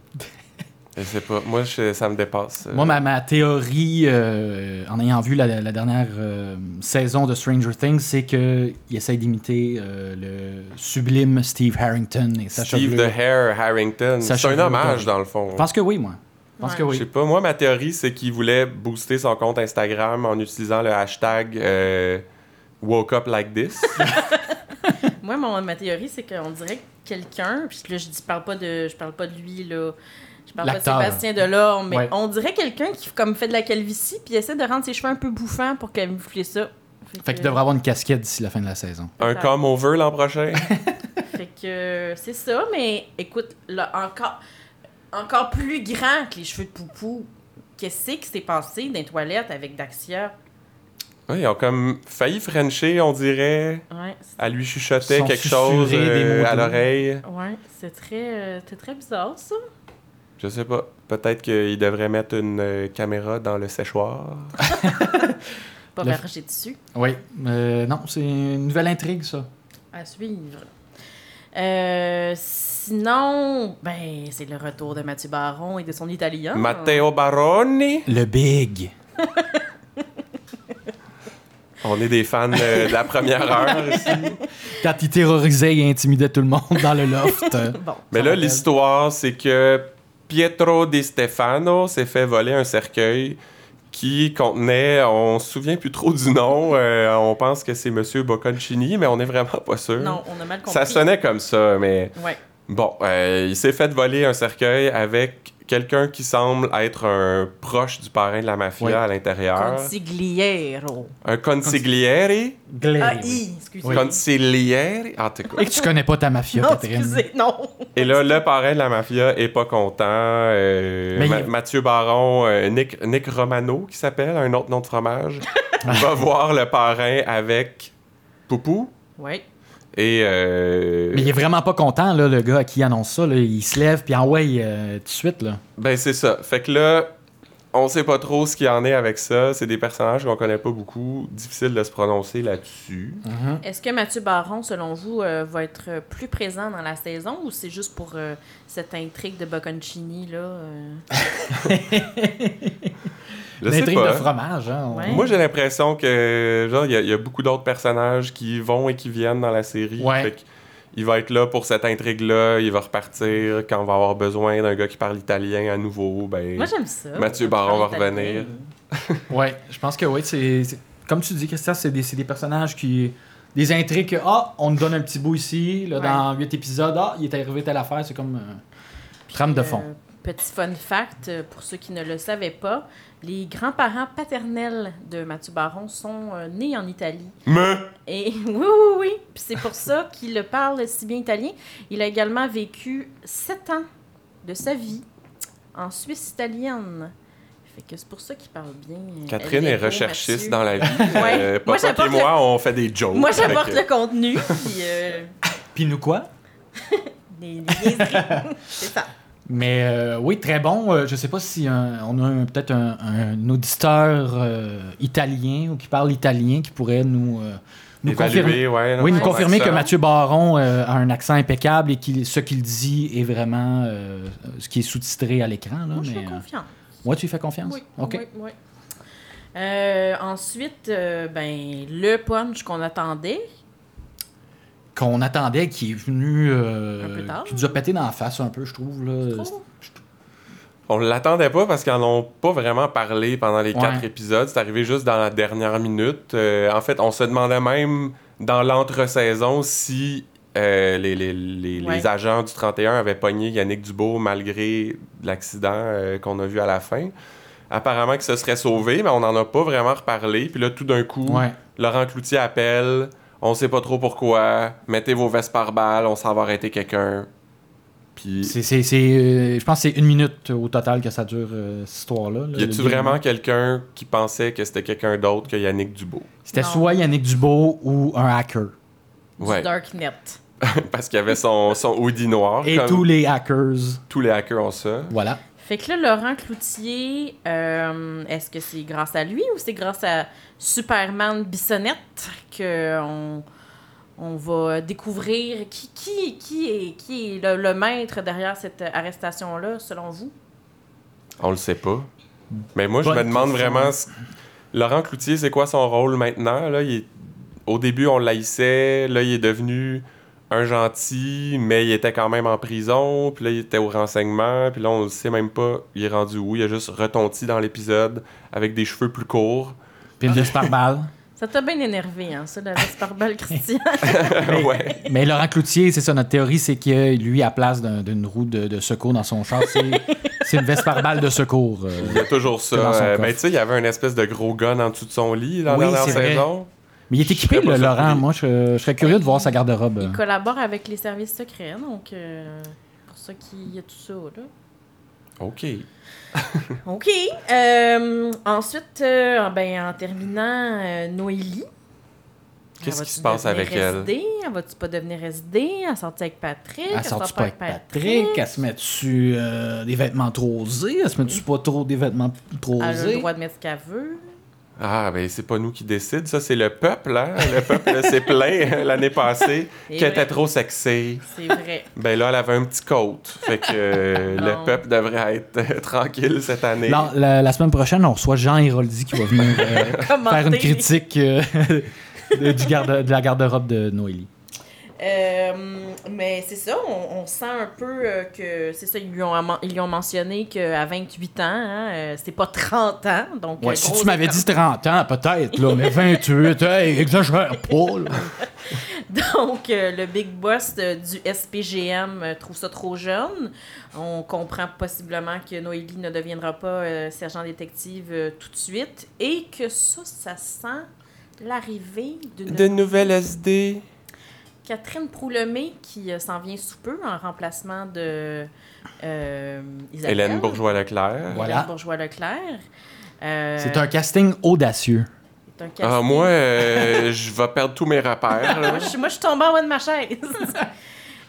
S1: Je sais pas. Moi, je- ça me dépasse. euh.
S3: Moi, ma, ma théorie, euh, en ayant vu la, la dernière euh, saison de Stranger Things, c'est qu'il essaye d'imiter euh, le sublime Steve Harrington et sa
S1: Steve
S3: chevelure.
S1: the Hair Harrington.
S3: Sa
S1: C'est un
S3: chevelure
S1: hommage
S3: dorée.
S1: dans le fond.
S3: Je pense que oui, moi. Je pense
S2: Ouais.
S3: que
S1: Je sais
S3: oui.
S1: pas, moi, ma théorie, c'est qu'il voulait booster son compte Instagram en utilisant le hashtag euh, woke up like
S2: <laughs>
S1: this.
S2: Moi, mon, ma théorie, c'est qu'on dirait que quelqu'un, puis là, je dis, je parle pas de, je parle pas de lui, là. Je parle pas de
S3: L'acteur.
S2: Sébastien Delorme, mais
S3: Ouais.
S2: on dirait quelqu'un qui comme fait de la calvitie puis essaie de rendre ses cheveux un peu bouffants pour camoufler ça.
S3: Fait qu'il devrait avoir une casquette d'ici la fin de la saison.
S1: un
S2: Peut-être.
S1: come over l'an prochain.
S2: Fait que euh, c'est ça, mais écoute, là, encore, encore plus grand que les cheveux de Poupou, qu'est-ce que s'est passé dans les toilettes avec Daxia?
S1: Ouais, ils ont comme failli frencher, on dirait.
S2: Ouais, c'est-
S1: Elle lui chuchotait
S3: Ils sont
S1: quelque chose
S3: susurrés des
S1: euh,
S3: mots
S1: à
S3: doux.
S1: l'oreille.
S2: ouais, c'est très, euh, c'est très bizarre, ça.
S1: Je sais pas. Peut-être qu'ils devraient mettre une euh, caméra dans le séchoir.
S2: Ah. Pas
S3: Le-
S2: marcher dessus.
S3: Oui. Euh, non, c'est une nouvelle intrigue, ça.
S2: À suivre. Euh, sinon, ben, c'est le retour de Mathieu Baron et de son italien.
S1: Matteo Baroni.
S3: Le Big.
S1: On est des fans euh, de la première
S2: <laughs>
S1: heure ici.
S3: Quand il terrorisait et intimidait tout le monde dans le loft. <laughs>
S2: Bon.
S1: Mais là, l'histoire, c'est que Pietro Di Stefano s'est fait voler un cercueil qui contenait, on se souvient plus trop du nom, euh, on pense que c'est Monsieur Bocconcini, mais on n'est vraiment pas sûr.
S2: Non, on a mal compris.
S1: Ça sonnait comme ça, mais
S2: Ouais.
S1: bon, euh, il s'est fait voler un cercueil avec quelqu'un qui semble être un proche du parrain de la mafia
S3: Oui.
S1: à l'intérieur.
S2: Consigliero.
S1: Un consigliere?
S2: Ah, i, excusez.
S1: Consigliere? Ah, t'es quoi?
S3: Et que tu connais pas ta mafia,
S2: Non,
S3: Catherine.
S2: excusez, non.
S1: Et là, le parrain de la mafia est pas content. euh,
S3: Mais
S1: Ma-
S3: il-
S1: Mathieu Baron, euh, Nick, Nick Romano, qui s'appelle, un autre nom de
S3: <laughs>
S1: fromage, va voir le parrain avec Poupou.
S2: Ouais.
S1: Et euh,
S3: Mais il est vraiment pas content, là, le gars à qui il annonce ça. là. Il se lève, puis envoie euh, tout de suite. Là.
S1: ben c'est ça. Fait que là, on sait pas trop ce qu'il y en est avec ça. C'est des personnages qu'on connaît pas beaucoup. Difficile de se prononcer là-dessus.
S2: Est-ce que Mathieu Baron, selon vous, euh, va être euh, plus présent dans la saison ou c'est juste pour euh, cette intrigue de Bocconcini, là? euh?
S1: Je sais
S3: L'intrigue
S1: pas.
S3: de fromage. Hein, on-
S2: Ouais.
S1: Moi, j'ai l'impression que genre il y, a- il y a beaucoup d'autres personnages qui vont et qui viennent dans la série.
S3: Ouais.
S1: Fait que il va être là pour cette intrigue-là, il va repartir quand on va avoir besoin d'un gars qui parle italien à nouveau. Ben,
S2: Moi, j'aime ça.
S1: Mathieu Baron va
S2: Parler
S1: revenir.
S2: italien.
S3: Ouais, je pense que oui. C'est, c'est- comme tu dis, Christian, c'est des, c'est des personnages qui. Des intrigues que, ah, on nous donne un petit bout ici, là,
S2: Ouais.
S3: dans huit épisodes, ah, il est arrivé telle affaire, c'est comme. euh, Trame de fond.
S2: Euh, petit fun fact, euh, pour ceux qui ne le savaient pas, les grands-parents paternels de Mathieu Baron sont euh, nés en Italie.
S1: Mais
S2: Et <laughs> oui, oui, oui. Puis c'est pour ça qu'il le parle si bien italien. Il a également vécu sept ans de sa vie en Suisse italienne. Fait que c'est pour ça qu'il parle bien. euh,
S1: Catherine est
S2: Allegro,
S1: recherchiste
S2: Mathieu.
S1: dans la vie.
S2: Ouais.
S1: Euh, Papa
S2: Moi,
S1: et
S2: j'apporte
S1: moi, on fait des jokes.
S2: Moi,
S1: Fait que-
S2: j'apporte le contenu, puis euh,
S3: Puis nous quoi?
S2: les- les
S3: <laughs>
S2: niaiseries. c'est ça.
S3: Mais euh, oui, très bon. Euh, je sais pas si un- on a un- peut-être un, un auditeur euh, italien ou qui parle italien qui pourrait nous, euh, nous
S1: Évaluer,
S3: confirmer.
S1: ouais,
S3: Oui, nous
S1: son
S3: confirmer que
S1: accent.
S3: Mathieu Baron euh, a un accent impeccable et que ce qu'il dit est vraiment euh, ce qui est sous-titré à l'écran. Là,
S2: Moi, je
S3: mais,
S2: suis
S3: euh,
S2: confiante.
S3: ouais, tu y fais confiance?
S2: Oui,
S3: OK.
S2: oui, oui. Euh, ensuite, euh, ben, le punch qu'on attendait,
S3: Qu'on attendait, qui est venu. euh,
S2: Un peu tard.
S3: qui nous a pété dans la face un peu, je trouve.
S2: je
S3: Là.
S2: trouve.
S1: On l'attendait pas parce qu'ils en ont pas vraiment parlé pendant les
S3: Ouais.
S1: quatre épisodes. C'est arrivé juste dans la dernière minute. Euh, en fait, on se demandait même dans l'entre-saison si euh, les, les- les-
S2: Ouais.
S1: les agents du 31 avaient pogné Yannick Dubois malgré l'accident euh, qu'on a vu à la fin. Apparemment qu'il se serait sauvé, mais on n'en a pas vraiment reparlé. Puis là, tout d'un coup,
S3: Ouais.
S1: Laurent Cloutier appelle. On sait pas trop pourquoi. Mettez vos vestes par balle, on s'en va arrêter quelqu'un. Puis
S3: C'est, c'est- c'est, euh, je pense que c'est une minute au total que ça dure, euh, cette histoire-là. là,
S1: Y
S3: le
S1: a-tu
S3: déroulement.
S1: vraiment quelqu'un qui pensait que c'était quelqu'un d'autre que Yannick Dubo?
S3: C'était
S2: Non.
S3: soit Yannick Dubo ou un hacker.
S2: Du
S1: Ouais,
S2: Darknet.
S1: <laughs> parce qu'il avait son, son hoodie noir.
S3: Et
S1: comme
S3: tous les hackers.
S1: tous les hackers ont ça.
S3: Voilà.
S2: Fait que là, Laurent Cloutier, euh, est-ce que c'est grâce à lui ou c'est grâce à Superman Bissonnette qu'on on va découvrir qui, qui, qui est, qui est le, le maître derrière cette arrestation-là, selon vous?
S1: On le sait pas. Mais moi, je
S3: Bonne
S1: me demande
S3: question.
S1: vraiment... ce- Laurent Cloutier, c'est quoi son rôle maintenant? Là, il est- Au début, on l'haïssait. Là, il est devenu un gentil, mais il était quand même en prison. Puis là, il était au renseignement. Puis là, on ne sait même pas. Il est rendu où? Il a juste retonti dans l'épisode avec des cheveux plus courts. <laughs>
S3: Puis une
S2: <laughs>
S3: veste par balle.
S2: Ça t'a bien énervé, hein, ça, la veste par balle, Christian?
S1: ouais.
S3: Mais Laurent Cloutier, c'est ça, notre théorie, c'est que euh, lui, à place d'un- d'une roue de, de secours dans son char, c'est, c'est une veste par balle de secours. euh.
S1: Il y a toujours
S3: C'est <laughs> dans
S1: ça.
S3: son
S1: Euh,
S3: coffre.
S1: ben, tu sais, il y avait un espèce de gros gun en dessous de son lit dans
S3: Oui,
S1: la dernière
S3: c'est vrai.
S1: saison.
S3: Mais il est équipé,
S1: serais pas
S3: le
S1: surpris.
S3: Laurent. Moi, je, je serais curieux de voir sa garde-robe.
S2: Il
S3: euh.
S2: collabore avec les services secrets, donc euh, pour ça qu'il y a tout ça, là.
S1: OK.
S2: OK. Euh, ensuite, euh, ben, en terminant, euh, Noélie.
S1: Qu'est-ce
S2: Elle
S1: qui
S2: va-tu
S1: se passe
S2: devenir
S1: avec elle?
S2: SD? Elle va-tu pas devenir SD? Elle sortit avec Patrick?
S3: Elle
S2: sort
S3: sort pas avec Patrick? Elle se met dessus des vêtements trop osés? Elle se met dessus pas trop des vêtements trop
S2: Elle a le
S3: osés?
S2: droit de mettre ce qu'elle veut.
S1: Ah, ben c'est pas nous qui décide, ça c'est le peuple, hein? Le peuple s'est plaint hein, l'année passée
S2: Et
S1: qu'elle
S2: ouais,
S1: était trop sexy.
S2: Eh
S1: <laughs>
S2: C'est vrai.
S1: Ben là, elle avait un petit coat. Fait que euh,
S2: Non.
S1: le peuple devrait être euh, tranquille cette année.
S3: Non, la, la semaine prochaine, on reçoit Jean Héroldi qui va venir
S2: <laughs>
S3: euh, faire une
S2: Commenter.
S3: critique euh, <laughs> de, du garde- de la garde-robe de Noélie.
S2: Euh, mais c'est ça, on, on sent un peu euh, que. C'est ça, ils lui ont, amen- ils lui ont mentionné qu'à 28 ans, hein, euh, c'est pas 30 ans. Donc, euh,
S3: Ouais, si
S2: gros
S3: tu m'avais
S2: écart.
S3: dit 30 ans, peut-être, là, mais 28, hey, exagère pas. là.
S2: <laughs> Donc, euh, le big boss de- du SPGM euh, trouve ça trop jeune. On comprend possiblement que Noélie ne deviendra pas euh, sergent détective euh, tout de suite et que ça, ça sent l'arrivée d'une
S1: De nouvelles SD.
S2: Catherine Proulemé qui euh, s'en vient sous peu en remplacement de euh, Isabelle.
S1: Hélène Bourgeois-Leclerc.
S3: Ouais. Voilà.
S2: Hélène Bourgeois-Leclerc. Euh,
S3: C'est un casting audacieux.
S2: c'est un
S1: Ah,
S2: casting.
S1: moi, euh, je vais perdre tous mes repères. là.
S2: Euh, moi, je, moi, je suis tombée en haut de ma chaise. <laughs>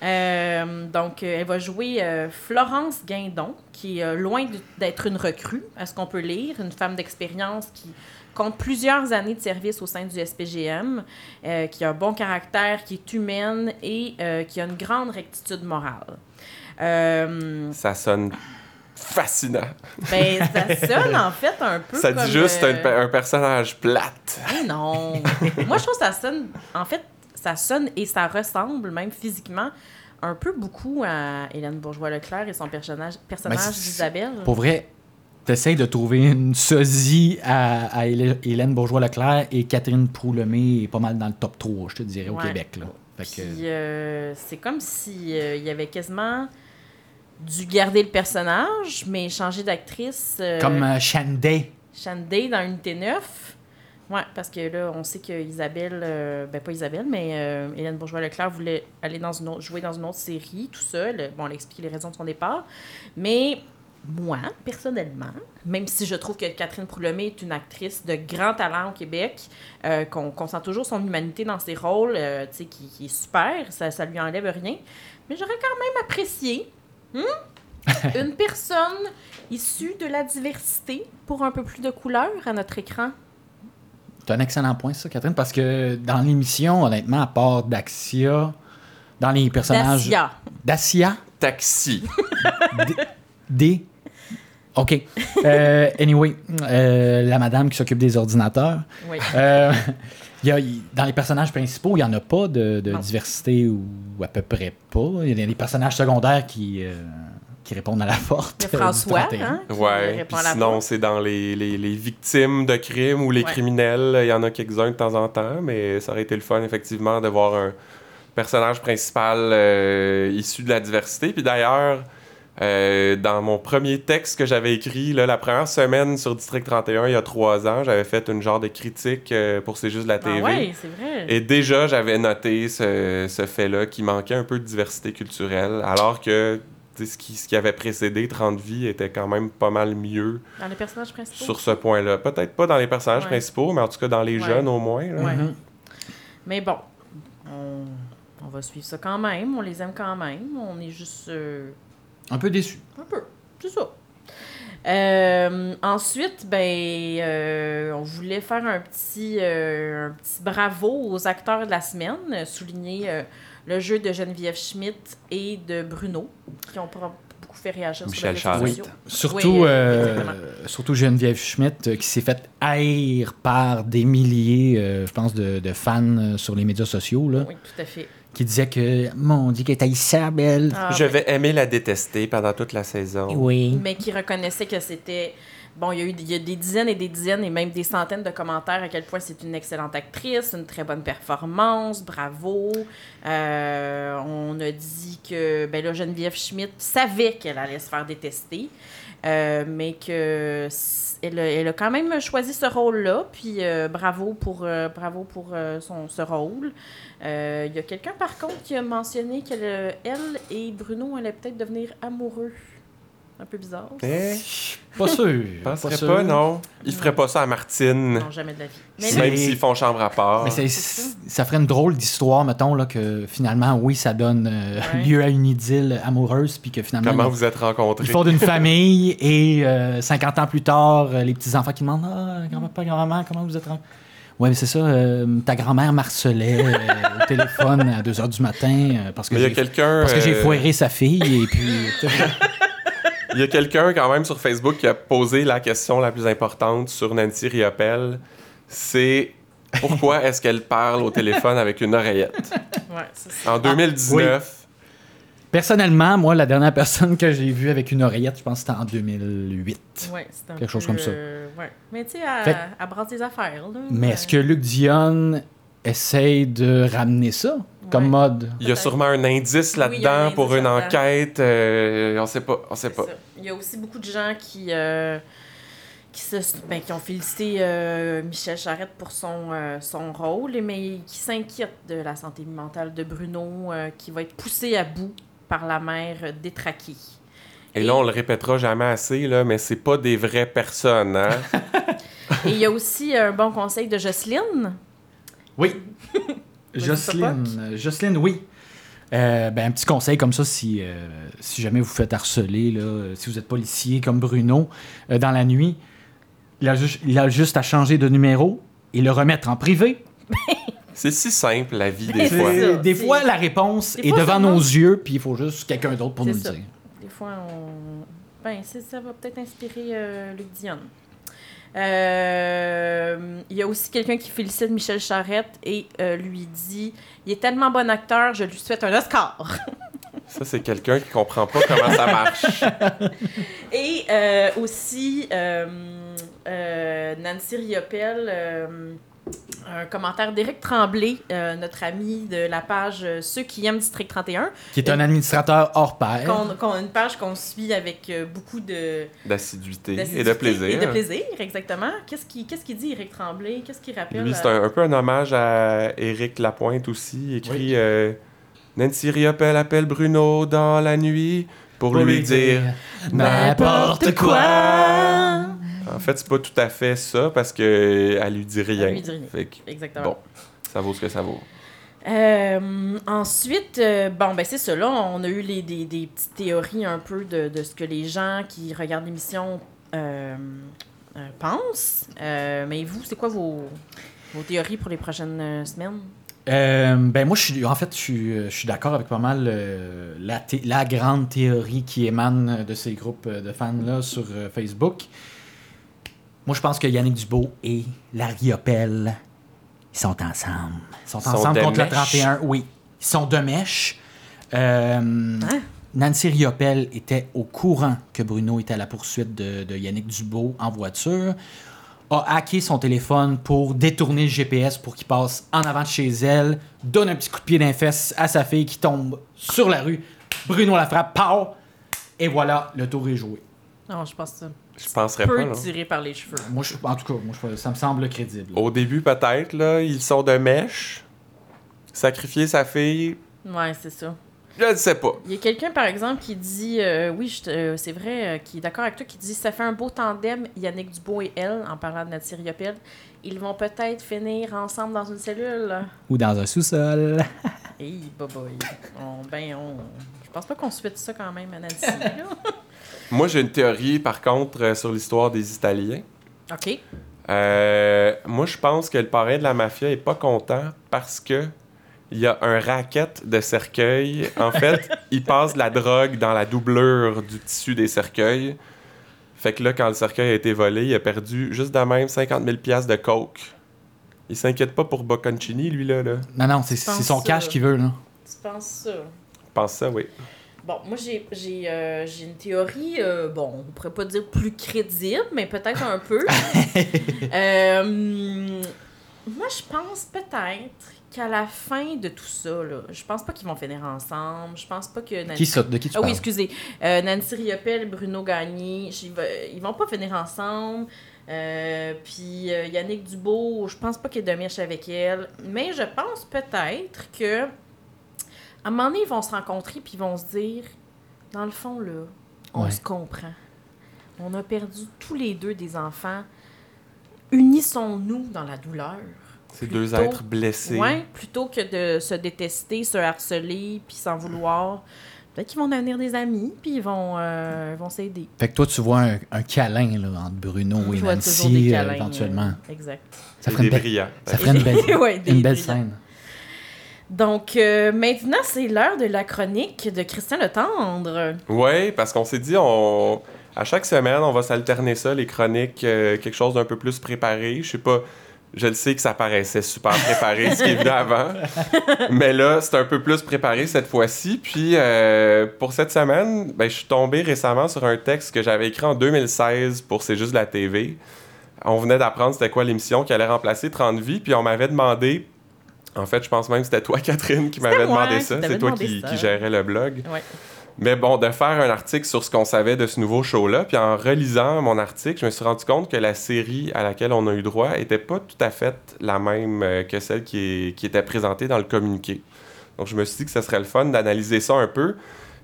S2: Euh, donc, euh, elle va jouer euh, Florence Guindon, qui est euh, loin de- d'être une recrue, à ce qu'on peut lire, une femme d'expérience qui compte plusieurs années de service au sein du SPGM, euh, qui a un bon caractère, qui est humaine et euh, qui a une grande rectitude morale. Euh,
S1: Ça sonne fascinant.
S2: ben, ça
S1: <laughs>
S2: sonne en fait un peu
S1: Ça
S2: comme,
S1: dit juste
S2: euh,
S1: un, pe- un personnage plate.
S2: Eh
S3: <laughs>
S2: non. Moi, je trouve que ça sonne. En fait, ça sonne et ça ressemble, même physiquement, un peu beaucoup à Hélène Bourgeois-Leclerc et son personnage, personnage
S3: Ben, c'est-
S2: d'Isabelle.
S3: Pour vrai, t'essayes de trouver une sosie à, à Hélè- Hélène Bourgeois-Leclerc et Catherine Proulemé est pas mal dans le top 3, je te dirais, au
S2: Ouais.
S3: Québec. Là. Fait que-
S2: Puis, euh, c'est comme si euh, il y avait quasiment dû garder le personnage, mais changer d'actrice. euh,
S3: Comme euh, Shanday.
S2: Shanday dans Unité 9. Ouais, parce que là, on sait que Isabelle, euh, ben pas Isabelle, mais euh, Hélène Bourgeois-Leclerc voulait aller dans une autre, jouer dans une autre série, tout seul. Bon, elle a expliqué les raisons de son départ. Mais moi, personnellement, même si je trouve que Catherine Proulemé est une actrice de grand talent au Québec, euh, qu'on qu'on sent toujours son humanité dans ses rôles, euh, tu sais, qui, qui est super, ça, ça lui enlève rien. Mais j'aurais quand même apprécié hmm, une personne issue de la diversité pour un peu plus de couleur à notre écran.
S3: C'est un excellent point, ça, Catherine, parce que dans l'émission, honnêtement, à part d'Axia, dans les personnages.
S2: Dacia.
S3: Dacia.
S1: Taxi.
S3: D. OK.
S2: <laughs>
S3: Euh, anyway, euh, la madame qui s'occupe des ordinateurs.
S2: Oui.
S3: Euh, il y a- il- dans les personnages principaux, il n'y en a pas de, de
S2: Non.
S3: diversité ou à peu près pas. Il y a des personnages secondaires qui, euh, qui répondent à la <laughs> porte.
S2: Le
S3: euh, du
S2: François,
S3: 31.
S2: hein, qui
S1: Ouais.
S2: répond
S1: Puis
S2: à la
S1: sinon,
S2: porte.
S1: c'est dans les, les- les victimes de crimes ou les
S2: Ouais.
S1: criminels. Il y en a quelques-uns de temps en temps, mais ça aurait été le fun, effectivement, de voir un personnage principal euh, issu de la diversité. Puis d'ailleurs, euh, dans mon premier texte que j'avais écrit, là, la première semaine sur District 31, il y a trois ans, j'avais fait une genre de critique euh, pour C'est juste la TV.
S2: Ah ouais, c'est vrai.
S1: Et déjà, j'avais noté ce, ce fait-là qui manquait un peu de diversité culturelle, alors que tu sais, ce qui, ce qui avait précédé 30 vies était quand même pas mal mieux
S2: Dans les personnages principaux.
S1: sur ce point-là. Peut-être pas dans les personnages
S2: Ouais.
S1: principaux, mais en tout cas dans les
S2: Ouais.
S1: jeunes au moins. là.
S2: Ouais.
S3: Mhm.
S2: Mais bon, on... on va suivre ça quand même. On les aime quand même. On est juste euh,
S3: Un peu déçu.
S2: un peu. C'est ça. Euh, ensuite, ben, euh, on voulait faire un petit, euh, un petit bravo aux acteurs de la semaine, euh, souligner euh, le jeu de Geneviève Schmidt et de Bruno, qui ont pro- beaucoup fait réagir
S1: Michel
S2: sur les
S1: Charette.
S2: réseaux
S1: Oui.
S2: sociaux.
S3: Surtout,
S2: Oui,
S3: euh,
S2: exactement.
S3: surtout Geneviève Schmidt euh, qui s'est faite haïr par des milliers, euh, je pense, de, de fans euh, sur les médias sociaux là,
S2: Oui, tout à fait.
S3: qui disaient que, mon Dieu, qu'elle est haïssable, elle.
S2: Ah,
S1: Je vais aimer la détester pendant toute la saison.
S3: Oui.
S2: mais qui reconnaissait que c'était. Bon, il y a eu il y a des dizaines et des dizaines et même des centaines de commentaires à quel point c'est une excellente actrice, une très bonne performance, bravo. Euh, on a dit que ben là, Geneviève Schmidt savait qu'elle allait se faire détester, euh, mais que s- elle, a- elle a quand même choisi ce rôle-là, puis euh, bravo pour, euh, bravo pour euh, son, ce rôle. Euh, Il y a quelqu'un, par contre, qui a mentionné qu'elle euh, elle et Bruno allaient peut-être devenir amoureux. Un peu bizarre.
S1: Eh,
S3: Pas sûr.
S1: je penserais
S3: sûr.
S1: pas, non. Ils feraient pas ça à Martine.
S2: Non, jamais de la vie. Mais
S3: C'est-
S2: là,
S1: Même s'ils font chambre à part.
S3: Mais c'est-
S2: C'est ça.
S3: ça ferait une drôle d'histoire, mettons, là, que finalement, oui, ça donne euh,
S2: Ouais.
S3: lieu à une idylle amoureuse, puis que finalement,
S1: Comment
S3: ils-
S1: vous êtes rencontrés?
S3: ils font d'une famille, et euh, 50 ans plus tard, euh, les petits-enfants qui demandent Ah, grand-papa, grand-maman, comment vous êtes rencontrés Ouais, mais c'est ça, euh, ta grand-mère marcelait
S1: <laughs>
S3: euh, au téléphone à 2 h du matin euh, parce que
S1: Mais il y a
S3: j'ai
S1: quelqu'un.
S3: parce que j'ai
S1: euh,
S3: foiré sa fille, et puis.
S1: <laughs> Il y a quelqu'un quand même sur Facebook qui a posé la question la plus importante sur Nancy Riopelle. C'est
S2: <laughs>
S1: pourquoi est-ce qu'elle parle au téléphone avec une oreillette?
S2: ouais, c'est ça.
S1: En 2019,
S3: Personnellement, moi, la dernière personne que j'ai vue avec une oreillette, je pense que c'était en 2008.
S2: Ouais, c'est un
S3: Quelque chose
S2: peu,
S3: comme ça.
S2: euh, ouais. Mais tu sais,
S3: Fait
S2: à, à brasser des affaires. Là,
S3: Mais est-ce que Luc Dion essaye de ramener ça comme
S2: Ouais.
S3: mode?
S1: il y a
S2: peut-être.
S1: sûrement un indice
S2: Oui, il y a un
S1: là-dedans
S2: indice
S1: pour une
S2: là-dedans.
S1: enquête. euh, on sait pas. On sait
S2: C'est
S1: pas.
S2: ça. Il y a aussi beaucoup de gens qui, euh, qui, se- ben, qui ont félicité euh, Michel Charette pour son, euh, son rôle, mais qui s'inquiètent de la santé mentale de Bruno, euh, qui va être poussé à bout par la mère euh, détraquée.
S1: Et là, on le répétera jamais assez, là, mais c'est pas des vraies personnes.
S2: <laughs>
S1: Hein?
S2: Et il y a aussi euh, un bon conseil de Jocelyne.
S3: Oui.
S2: Vas-y, Topoc.
S3: Jocelyne, Jocelyne, oui. Euh, ben, un petit conseil comme ça, si, euh, si jamais vous faites harceler, là, euh, si vous êtes policier comme Bruno, euh, dans la nuit, il a, ju- il a juste à changer de numéro et le remettre en privé.
S1: C'est si simple, la vie, des
S2: Mais
S1: fois.
S2: c'est- ça,
S3: des
S2: c'est-
S3: fois, la réponse
S2: Des
S3: est
S2: fois,
S3: devant
S2: seulement-
S3: nos yeux, puis il faut juste quelqu'un d'autre pour
S2: C'est
S3: nous le
S2: ça.
S3: dire.
S2: Des fois, on... ben, c'est- ça va peut-être inspirer euh, Luc Dion. Euh, il y a aussi quelqu'un qui félicite Michel Charette et euh, lui dit Il est tellement bon acteur, je lui souhaite un Oscar.
S1: Ça, c'est quelqu'un qui comprend pas comment ça marche.
S2: Et euh, aussi, euh, euh, Nancy Riopelle, euh, un commentaire d'Éric Tremblay, euh, notre ami de la page euh, Ceux qui aiment District 31,
S3: Qui est un administrateur hors
S1: Eh.
S3: pair.
S2: qu'on- qu'on- une page qu'on suit avec euh, beaucoup de.
S1: D'assiduité et de
S2: d'assiduité
S1: plaisir.
S2: Et de plaisir, exactement. Qu'est-ce qu'il qu'est-ce qu'il dit, Éric Tremblay? Qu'est-ce qu'il rappelle? euh,
S1: Lui, c'est
S2: à-
S1: un, un peu un hommage à Éric Lapointe aussi. Il écrit
S3: Oui.
S1: euh, Nancy Riopelle appelle Bruno dans la nuit pour, lui, dire.
S3: n'importe quoi.
S1: En fait, c'est pas tout à fait ça parce que elle lui dit rien.
S2: lui dit rien.
S1: Fait que
S2: Exactement.
S1: Bon. ça vaut ce que ça vaut.
S2: Euh, ensuite, euh, bon, ben c'est ça. Là, on a eu les, des, des petites théories un peu de, de ce que les gens qui regardent l'émission euh, euh, pensent. Euh, mais vous, c'est quoi vos, vos théories pour les prochaines euh, semaines?
S3: Euh, ben moi, je suis, en fait, je suis, euh, je suis d'accord avec pas mal euh, la, thé- la grande théorie qui émane de ces groupes euh, de fans-là sur euh, Facebook. Moi, je pense que Yannick Dubo et Larry Opel, ils sont ensemble. Ils sont
S1: Ils sont
S3: ensemble
S1: de
S3: contre le
S1: mèche.
S3: 31, oui. Ils sont de mèche. Euh,
S2: Hein?
S3: Nancy Riopel était au courant que Bruno était à la poursuite de, de Yannick Dubo en voiture, a hacké son téléphone pour détourner le GPS pour qu'il passe en avant de chez elle, donne un petit coup de pied d'un fesse à sa fille qui tombe sur la rue. Bruno la frappe, pow! Et voilà, le tour est joué.
S2: Non, je pense que ça.
S1: Je penserais
S2: Peu
S1: pas. non.
S2: tiré par les cheveux.
S3: Moi, je- en tout cas, moi, je- ça me semble crédible.
S1: Au début, peut-être, là, ils sont de mèche. Sacrifier sa fille,
S2: Ouais, c'est ça.
S1: je ne sais pas.
S2: Il y a quelqu'un, par exemple, qui dit euh, Oui, je te- euh, c'est vrai, euh, qui est d'accord avec toi, qui dit Ça fait un beau tandem, Yannick Dubois et elle, en parlant de Nathalie Riopelle. Ils vont peut-être finir ensemble dans une cellule.
S3: Ou dans un sous-sol.
S2: Hey, boboy. On, ben, on. Je pense pas qu'on souhaite ça quand même à <laughs> Nancy. là.
S1: Moi, j'ai une théorie, par contre, euh, sur l'histoire des Italiens.
S2: OK.
S1: Euh, moi, je pense que le parrain de la mafia est pas content parce que il y a un racket de cercueil.
S2: <laughs>
S1: En fait, il passe de la drogue dans la doublure du tissu des cercueils. Fait que là, quand le cercueil a été volé, il a perdu juste de même 50 000 piastres de coke. Il s'inquiète pas pour Bocconcini, lui, là. là.
S3: Non, non, c'est
S2: Je pense
S3: c'est son
S2: ça.
S3: cash qu'il veut, là.
S2: Tu penses ça?
S1: Je pense ça, oui.
S2: Bon, moi, j'ai j'ai, euh, j'ai une théorie, euh, bon, on pourrait pas dire plus crédible, mais peut-être un <laughs> peu. Euh, hum, moi, je pense peut-être qu'à la fin de tout ça, là, je pense pas qu'ils vont finir ensemble. Je pense pas que... Nancy-
S3: Qui ça? De qui tu
S2: Ah oui,
S3: parles?
S2: excusez. Euh, Nancy Riopelle, Bruno Gagné, j'y vais- ils vont pas finir ensemble. Euh, puis euh, Yannick Dubo, je pense pas qu'il est de mèche avec elle. Mais je pense peut-être que à un moment donné, ils vont se rencontrer puis ils vont se dire, dans le fond, là, on
S3: Ouais.
S2: se comprend. On a perdu tous les deux des enfants. Unissons-nous dans la douleur.
S1: C'est deux
S2: Plutôt-
S1: êtres blessés.
S2: Ouais, plutôt que de se détester, se harceler, puis s'en vouloir. Peut-être qu'ils vont devenir des amis, puis ils vont, euh, vont s'aider.
S3: Fait que toi, tu vois un, un câlin là, entre Bruno et
S2: Je vois toujours des
S3: Nancy euh,
S2: câlins,
S3: éventuellement.
S2: euh, exact.
S3: Ça
S1: Et
S3: ferait,
S1: des
S3: une belle,
S1: brillants.
S3: ça ferait une belle,
S2: <laughs> Ouais, des
S3: une belle
S2: brillants.
S3: scène.
S2: Donc, euh, maintenant, c'est l'heure de la chronique de Christian Le Tendre.
S1: Oui, parce qu'on s'est dit, on... à chaque semaine, on va s'alterner ça, les chroniques, euh, quelque chose d'un peu plus préparé. Je sais pas, je le sais que ça paraissait super préparé, ce qui est venu
S2: <laughs>
S1: avant. Mais là, c'est un peu plus préparé cette fois-ci. Puis, euh, pour cette semaine, ben, je suis tombé récemment sur un texte que j'avais écrit en 2016 pour C'est juste la TV. On venait d'apprendre c'était quoi l'émission qui allait remplacer 30 vies, puis on m'avait demandé. En fait, je pense même que c'était toi, <laughs> Catherine, qui
S2: C'était
S1: m'avait
S2: moi
S1: demandé
S2: qui
S1: ça.
S2: t'avais
S1: C'est toi
S2: demandé
S1: qui,
S2: ça.
S1: qui gérais le blog.
S2: Ouais.
S1: Mais bon, de faire un article sur ce qu'on savait de ce nouveau show-là, puis en relisant mon article, je me suis rendu compte que la série à laquelle on a eu droit était pas tout à fait la même euh, que celle qui, est- qui était présentée dans le communiqué. Donc je me suis dit que ce serait le fun d'analyser ça un peu.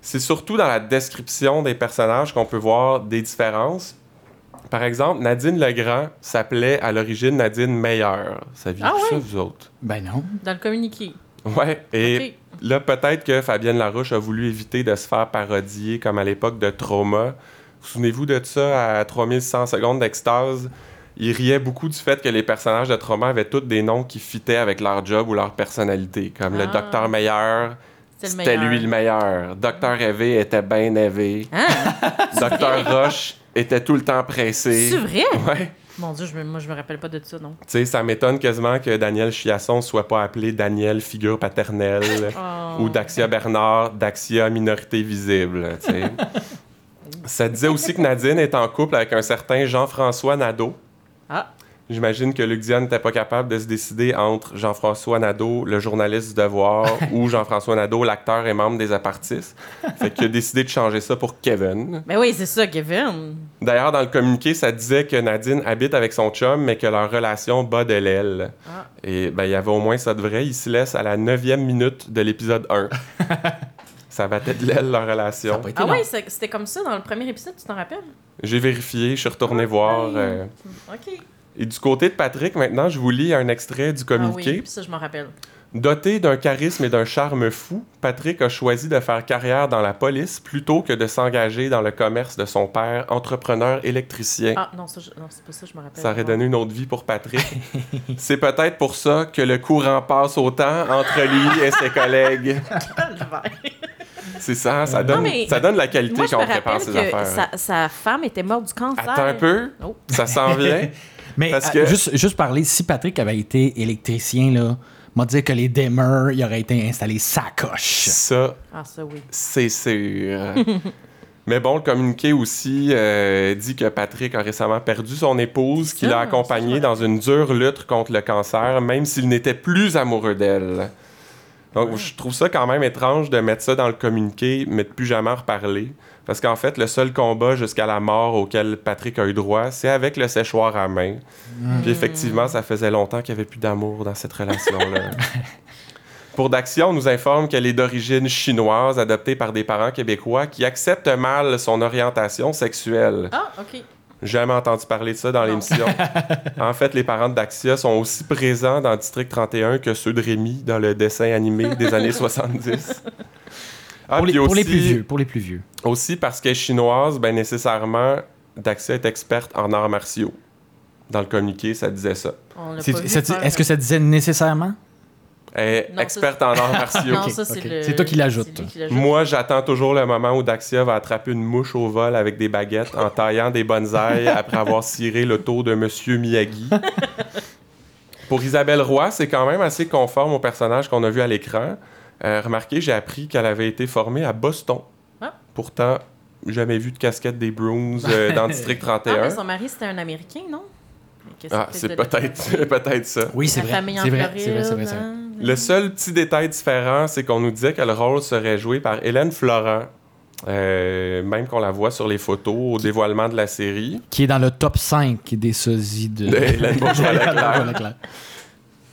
S1: C'est surtout dans la description des personnages qu'on peut voir des différences. Par exemple, Nadine Legrand s'appelait à l'origine Nadine Meilleur. Ça vient
S2: Ah
S1: de ça,
S2: ouais?
S1: vous autres?
S3: Ben non.
S2: Dans le communiqué.
S1: Ouais. Et
S2: Ok.
S1: Là, peut-être que Fabienne Larouche a voulu éviter de se faire parodier comme à l'époque de Trauma. Vous Souvenez-vous de ça à 3100 secondes d'extase? Il riait beaucoup du fait que les personnages de Trauma avaient tous des noms qui fitaient avec leur job ou leur personnalité, comme le
S2: Ah.
S1: docteur Meilleur,
S2: C'est le
S1: c'était
S2: meilleur.
S1: lui le meilleur. Docteur Évé était bien évé.
S2: Ah,
S1: <laughs> Docteur Roche était tout le temps pressé.
S2: c'est vrai?
S1: Ouais.
S2: Mon Dieu, je me, moi, je me rappelle pas de ça, non.
S1: Tu sais, ça m'étonne quasiment que Daniel Chiasson soit pas appelé Daniel figure paternelle.
S2: <laughs> Oh.
S1: ou Daxia Bernard, Daxia minorité visible. tu sais. Ça disait aussi que Nadine est en couple avec un certain Jean-François Nadeau.
S2: Ah.
S1: J'imagine que Luc Diane n'était pas capable de se décider entre Jean-François Nadeau, le journaliste du devoir, ou Jean-François Nadeau, l'acteur et membre des Apartistes. Fait qu'il a décidé de changer ça pour Kevin.
S2: Ben oui, c'est ça, Kevin.
S1: D'ailleurs, dans le communiqué, ça disait que Nadine habite avec son chum, mais que leur relation bat de l'aile.
S2: Ah.
S1: Et ben, il y avait au moins ça de vrai. Ils se laissent à la neuvième minute de l'épisode
S2: <laughs>
S1: 1. ça battait de l'aile, leur
S3: Ça a
S1: relation.
S3: pas été
S2: Ah
S3: long.
S1: <laughs>
S2: ouais, c'est- c'était comme ça dans le premier épisode, tu t'en rappelles?
S1: J'ai vérifié, je suis
S2: Ah,
S1: retourné voir. euh,
S2: OK.
S1: Et du côté de Patrick, maintenant, je vous lis un extrait du communiqué.
S2: Ah oui, puis ça, je m'en rappelle.
S1: Doté d'un charisme et d'un charme fou, Patrick a choisi de faire carrière dans la police plutôt que de s'engager dans le commerce de son père, entrepreneur électricien.
S2: Ah non, ça, je- non, c'est pas ça, je m'en rappelle.
S1: Ça aurait
S2: <laughs>
S1: donné une autre vie pour Patrick. <laughs> C'est peut-être pour ça que le courant passe autant entre lui et ses collègues.
S2: Ah,
S1: C'est ça, ça donne,
S2: Non, mais
S1: ça donne la qualité
S2: Moi, je
S1: quand
S2: me
S1: on prépare
S2: rappelle
S1: ces
S2: que
S1: affaires.
S2: sa, sa femme était morte du cancer.
S1: Attends un peu,
S2: Oh.
S1: ça s'en
S2: <laughs>
S1: vient.
S3: Mais
S1: Parce
S3: à-
S1: que-
S3: juste, juste parler, si Patrick avait été électricien, là, m'a dit que les dimmers, il aurait été installé sacoche.
S1: ça,
S2: Ah, ça, oui.
S1: c'est
S2: <laughs>
S1: sûr. Mais bon, le communiqué aussi euh, dit que Patrick a récemment perdu son épouse,
S2: C'est
S1: qu'il
S2: ça,
S1: a accompagnée
S2: c'est
S1: dans une dure lutte contre le cancer, même s'il n'était plus amoureux d'elle. Donc, je trouve ça quand même étrange de mettre ça dans le communiqué, mais de plus jamais en reparler. Parce qu'en fait, le seul combat jusqu'à la mort auquel Patrick a eu droit, c'est avec le séchoir à main.
S2: Hmm.
S1: Puis effectivement, ça faisait longtemps qu'il n'y avait plus d'amour dans cette relation-là. Pour Daxia, on nous informe qu'elle est d'origine chinoise, adoptée par des parents québécois qui acceptent mal son orientation sexuelle.
S2: Ah, OK.
S1: J'ai Jamais entendu parler de ça dans
S2: Non.
S3: <laughs>
S1: l'émission. en fait, les parents de Daxia sont aussi présents dans District 31 que ceux de Rémi dans le dessin animé des
S3: <laughs>
S1: années 70. Ah,
S3: pour, les,
S1: puis
S3: pour les
S1: aussi-
S3: plus vieux, pour les plus vieux.
S1: Aussi parce qu'elle est chinoise, ben nécessairement, Daxia est experte en arts martiaux. Dans le communiqué, ça disait ça.
S2: On l'a
S3: C'est-
S2: pas vu
S3: ça-
S2: faire,
S3: Est-ce que ça disait nécessairement?
S1: Elle est
S2: Non, ça,
S1: experte en arts
S2: euh,
S1: martiaux.
S2: Non,
S3: Ah, <laughs> Ok,
S2: ça, c'est
S3: ok.
S2: le-
S3: C'est toi qui l'ajoutes.
S2: c'est lui qui l'ajoute.
S1: Moi, j'attends toujours le moment où Daxia va attraper une mouche au vol avec des baguettes en taillant des bonsaïs après avoir ciré le tour de Monsieur
S2: <laughs>
S1: Miyagi. Pour Isabelle Roy, c'est quand même assez conforme au personnage qu'on a vu à l'écran. Euh, remarquez, j'ai appris qu'elle avait été formée à Boston.
S2: Ah.
S1: Pourtant, jamais vu de casquette des Bruins euh,
S2: <laughs>
S1: dans District
S2: Ah,
S1: 31.
S2: mais son mari, c'était un Américain, non? Mais qu'est-ce
S1: Ah,
S2: que
S1: c'est
S2: de-
S1: peut-être <laughs> peut-être ça.
S3: Oui,
S2: La famille en
S3: C'est vrai, c'est vrai, c'est vrai.
S2: Floride,
S3: c'est vrai.
S2: hein?
S1: Le seul petit détail différent, c'est qu'on nous disait que le rôle serait joué par Hélène Florent, euh, même qu'on la voit sur les photos au dévoilement de la série.
S3: Qui est dans le top 5 des sosies
S1: <laughs>
S3: de... <laughs>
S1: De Hélène Bourgeois-Leclerc.
S3: Bourgeois-Leclerc.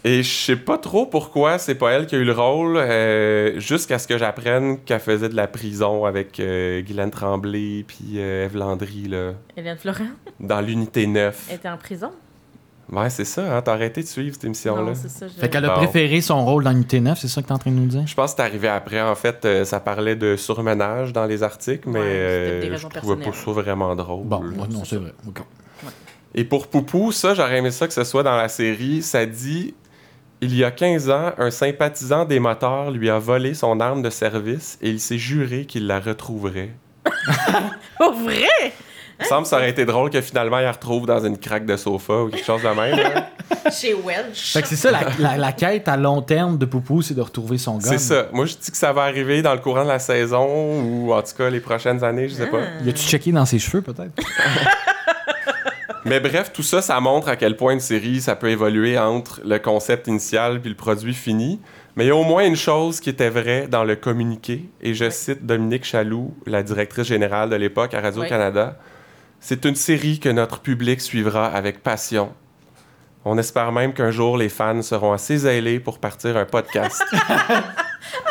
S1: Et je sais pas trop pourquoi c'est pas elle qui a eu le rôle, euh, jusqu'à ce que j'apprenne qu'elle faisait de la prison avec euh, Guylaine Tremblay puis euh, Ève Landry, là,
S2: Hélène Florent
S1: dans l'unité 9.
S2: était en prison.
S1: Ouais, c'est ça, hein, t'as arrêté de suivre cette émission-là.
S2: Non, c'est ça. je-
S3: Fait qu'elle a
S1: Bon.
S3: préféré son rôle dans l'unité 9, c'est ça que t'es en train de nous dire?
S1: Je pense que c'est arrivé après, en fait, euh, ça parlait de surmenage dans les articles, mais
S2: Ouais, c'était
S1: euh, je
S2: des raisons
S1: trouvais pas
S2: personnelles.
S1: ça vraiment drôle.
S3: Bon, ouais, non, c'est vrai. OK.
S1: Et pour Poupou, ça, j'aurais aimé ça que ce soit dans la série. Ça dit Il y a 15 ans, un sympathisant des moteurs lui a volé son arme de service et il s'est juré qu'il la retrouverait.
S2: Pour vrai?
S1: Il me semble que ça aurait été drôle que finalement il la retrouve dans une craque de sofa ou quelque chose de même. hein.
S2: Chez Welch.
S3: Fait que c'est ça,
S1: <laughs>
S3: la, la- la quête à long terme de Poupou, c'est de retrouver son gars.
S1: C'est ça. Moi, je dis que ça va arriver dans le courant de la saison ou en tout cas les prochaines années, je sais pas.
S2: Ah.
S3: Y a-tu checké dans ses cheveux, peut-être?
S1: Mais bref, tout ça, ça montre à quel point une série, ça peut évoluer entre le concept initial puis le produit fini. Mais il y a au moins une chose qui était vraie dans le communiqué, et je
S2: Oui.
S1: cite Dominique Chaloux, la directrice générale de l'époque à Radio-Canada. C'est une série que notre public suivra avec passion. On espère même qu'un jour, les fans seront assez ailés pour partir un podcast.
S2: <laughs>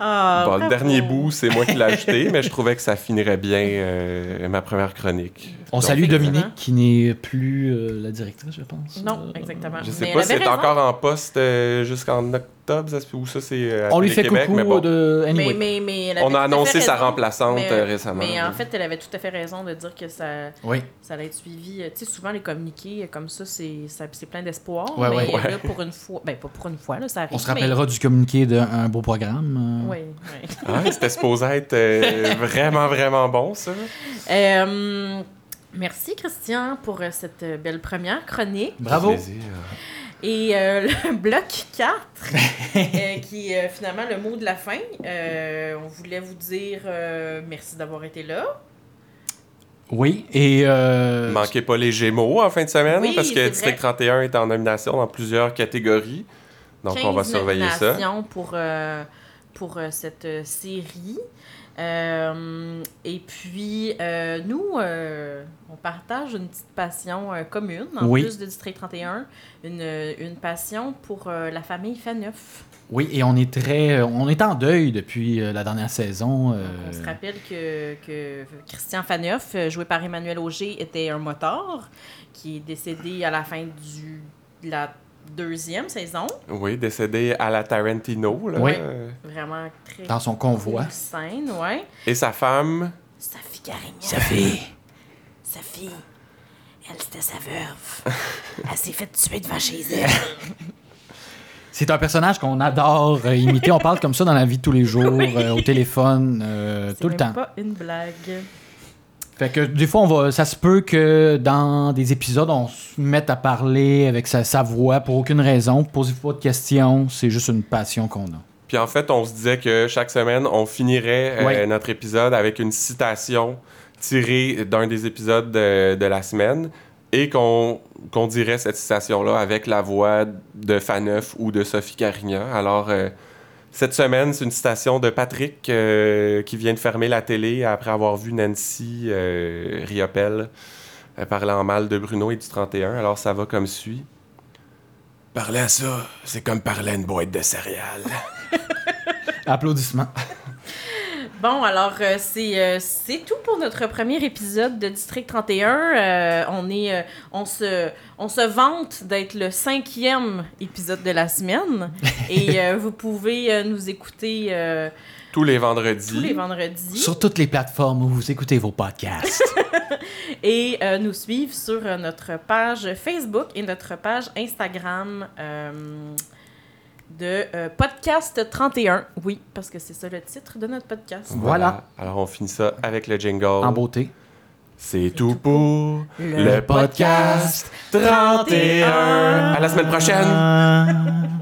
S2: Ah,
S1: bon,
S2: bravo.
S1: le dernier bout, c'est moi qui l'ai ajouté, mais je trouvais que ça finirait bien euh, ma première chronique.
S3: On
S1: Donc,
S3: salue
S2: effectivement.
S3: Dominique, qui n'est plus euh, la directrice, je pense.
S2: Non,
S3: Euh,
S2: exactement.
S1: Je sais
S2: Ah, Mais
S1: pas
S2: elle
S1: si
S2: avait
S1: c'est
S2: raison.
S1: encore en poste euh, jusqu'en octobre, ça se peut, ou ça c'est. euh, à
S3: On lui fait
S1: Télé-Québec,
S3: coucou euh,
S1: mais bon.
S3: de...
S2: Mais,
S3: Anyway.
S2: mais, mais elle avait
S1: On
S2: tout
S1: a
S2: à fait
S1: annoncé sa
S2: raison.
S1: remplaçante
S2: Mais-
S1: euh, récemment.
S2: Mais en
S1: oui.
S2: fait, elle avait tout à fait raison de dire que ça,
S3: Oui.
S2: ça allait être suivi. Euh, Tu sais, souvent, les communiqués euh, comme ça, c'est ça- c'est plein d'espoir.
S3: Ouais,
S2: mais
S1: ouais.
S2: là, pour une fois, ben pas pour une fois, là, ça arrive.
S3: On se rappellera du communiqué d'un beau programme. euh.
S2: Oui, oui.
S1: Ah, c'était supposé être
S2: <laughs>
S1: euh, vraiment, vraiment bon, ça.
S2: Euh, merci, Christian, pour euh, cette euh, belle première chronique.
S3: Bravo.
S1: Plaisir.
S2: Et euh, le <laughs> bloc 4,
S3: <laughs>
S2: euh, qui est euh, finalement le mot de la fin. Euh, on voulait vous dire euh, merci d'avoir été là.
S3: Oui, et... euh,
S1: Manquez pas les Gémeaux en fin de semaine,
S2: Oui,
S1: parce
S2: c'est
S1: que
S2: vrai.
S1: District 31 est en nomination dans plusieurs catégories. Donc, on va
S2: 15
S1: surveiller ça.
S2: nominations pour, euh, pour euh, cette euh, série. Euh, et puis, euh, nous, euh, on partage une petite passion euh, commune, en
S3: Oui.
S2: plus de District 31, une, une passion pour euh, la famille Faneuf.
S3: Oui, et on est très... On est en deuil depuis euh, la dernière saison. euh,
S2: On se rappelle que, que Christian Faneuf, euh, joué par Emmanuel Auger, était un motard qui est décédé à la fin du, de la deuxième saison.
S1: Oui, décédé à la Tarantino. là.
S3: Oui.
S2: Vraiment très
S3: dans son convoi.
S2: cool scène, ouais.
S1: Et sa femme,
S2: Sophie Carignan.
S3: fait...
S2: Sophie, elle, c'était sa
S3: <laughs>
S2: veuve. Elle s'est faite tuer devant chez elle.
S3: C'est un personnage qu'on adore euh, imiter. On parle comme ça dans la vie de tous les jours, euh, au téléphone, euh, <laughs> tout le temps.
S2: pas une blague.
S3: Fait que des fois, on va, ça se peut que dans des épisodes, on se mette à parler avec sa, sa voix pour aucune raison. Posez-vous pas de questions. C'est juste une passion qu'on a.
S1: Puis en fait, on se disait que chaque semaine, on finirait euh,
S3: Ouais.
S1: notre épisode avec une citation tirée d'un des épisodes de, de la semaine et qu'on qu'on dirait cette citation-là avec la voix de Faneuf ou de Sophie Carignan. Alors, euh, cette semaine, c'est une citation de Patrick euh, qui vient de fermer la télé après avoir vu Nancy euh, Riopelle euh, parler en mal de Bruno et du 31. Alors, ça va comme suit. Parler à ça, c'est comme parler à une boîte de céréales.
S3: Applaudissements.
S2: Bon, alors, euh, c'est euh, c'est tout pour notre premier épisode de District 31. Euh, on, est, euh, on, se, on se vante d'être le cinquième épisode de la
S3: <laughs>
S2: semaine. Et euh, vous pouvez euh, nous écouter euh,
S1: tous les vendredis.
S2: tous les vendredis.
S3: Sur toutes les plateformes où vous écoutez vos podcasts.
S2: et euh, nous suivre sur euh, notre page Facebook et notre page Instagram euh, de euh, Podcast 31. Oui, parce que c'est ça le titre de notre podcast.
S3: Voilà.
S1: Alors on finit ça avec le jingle.
S3: en beauté.
S1: C'est tout pour
S2: Le
S1: le podcast 31. À la semaine prochaine.
S3: <laughs> prochaine.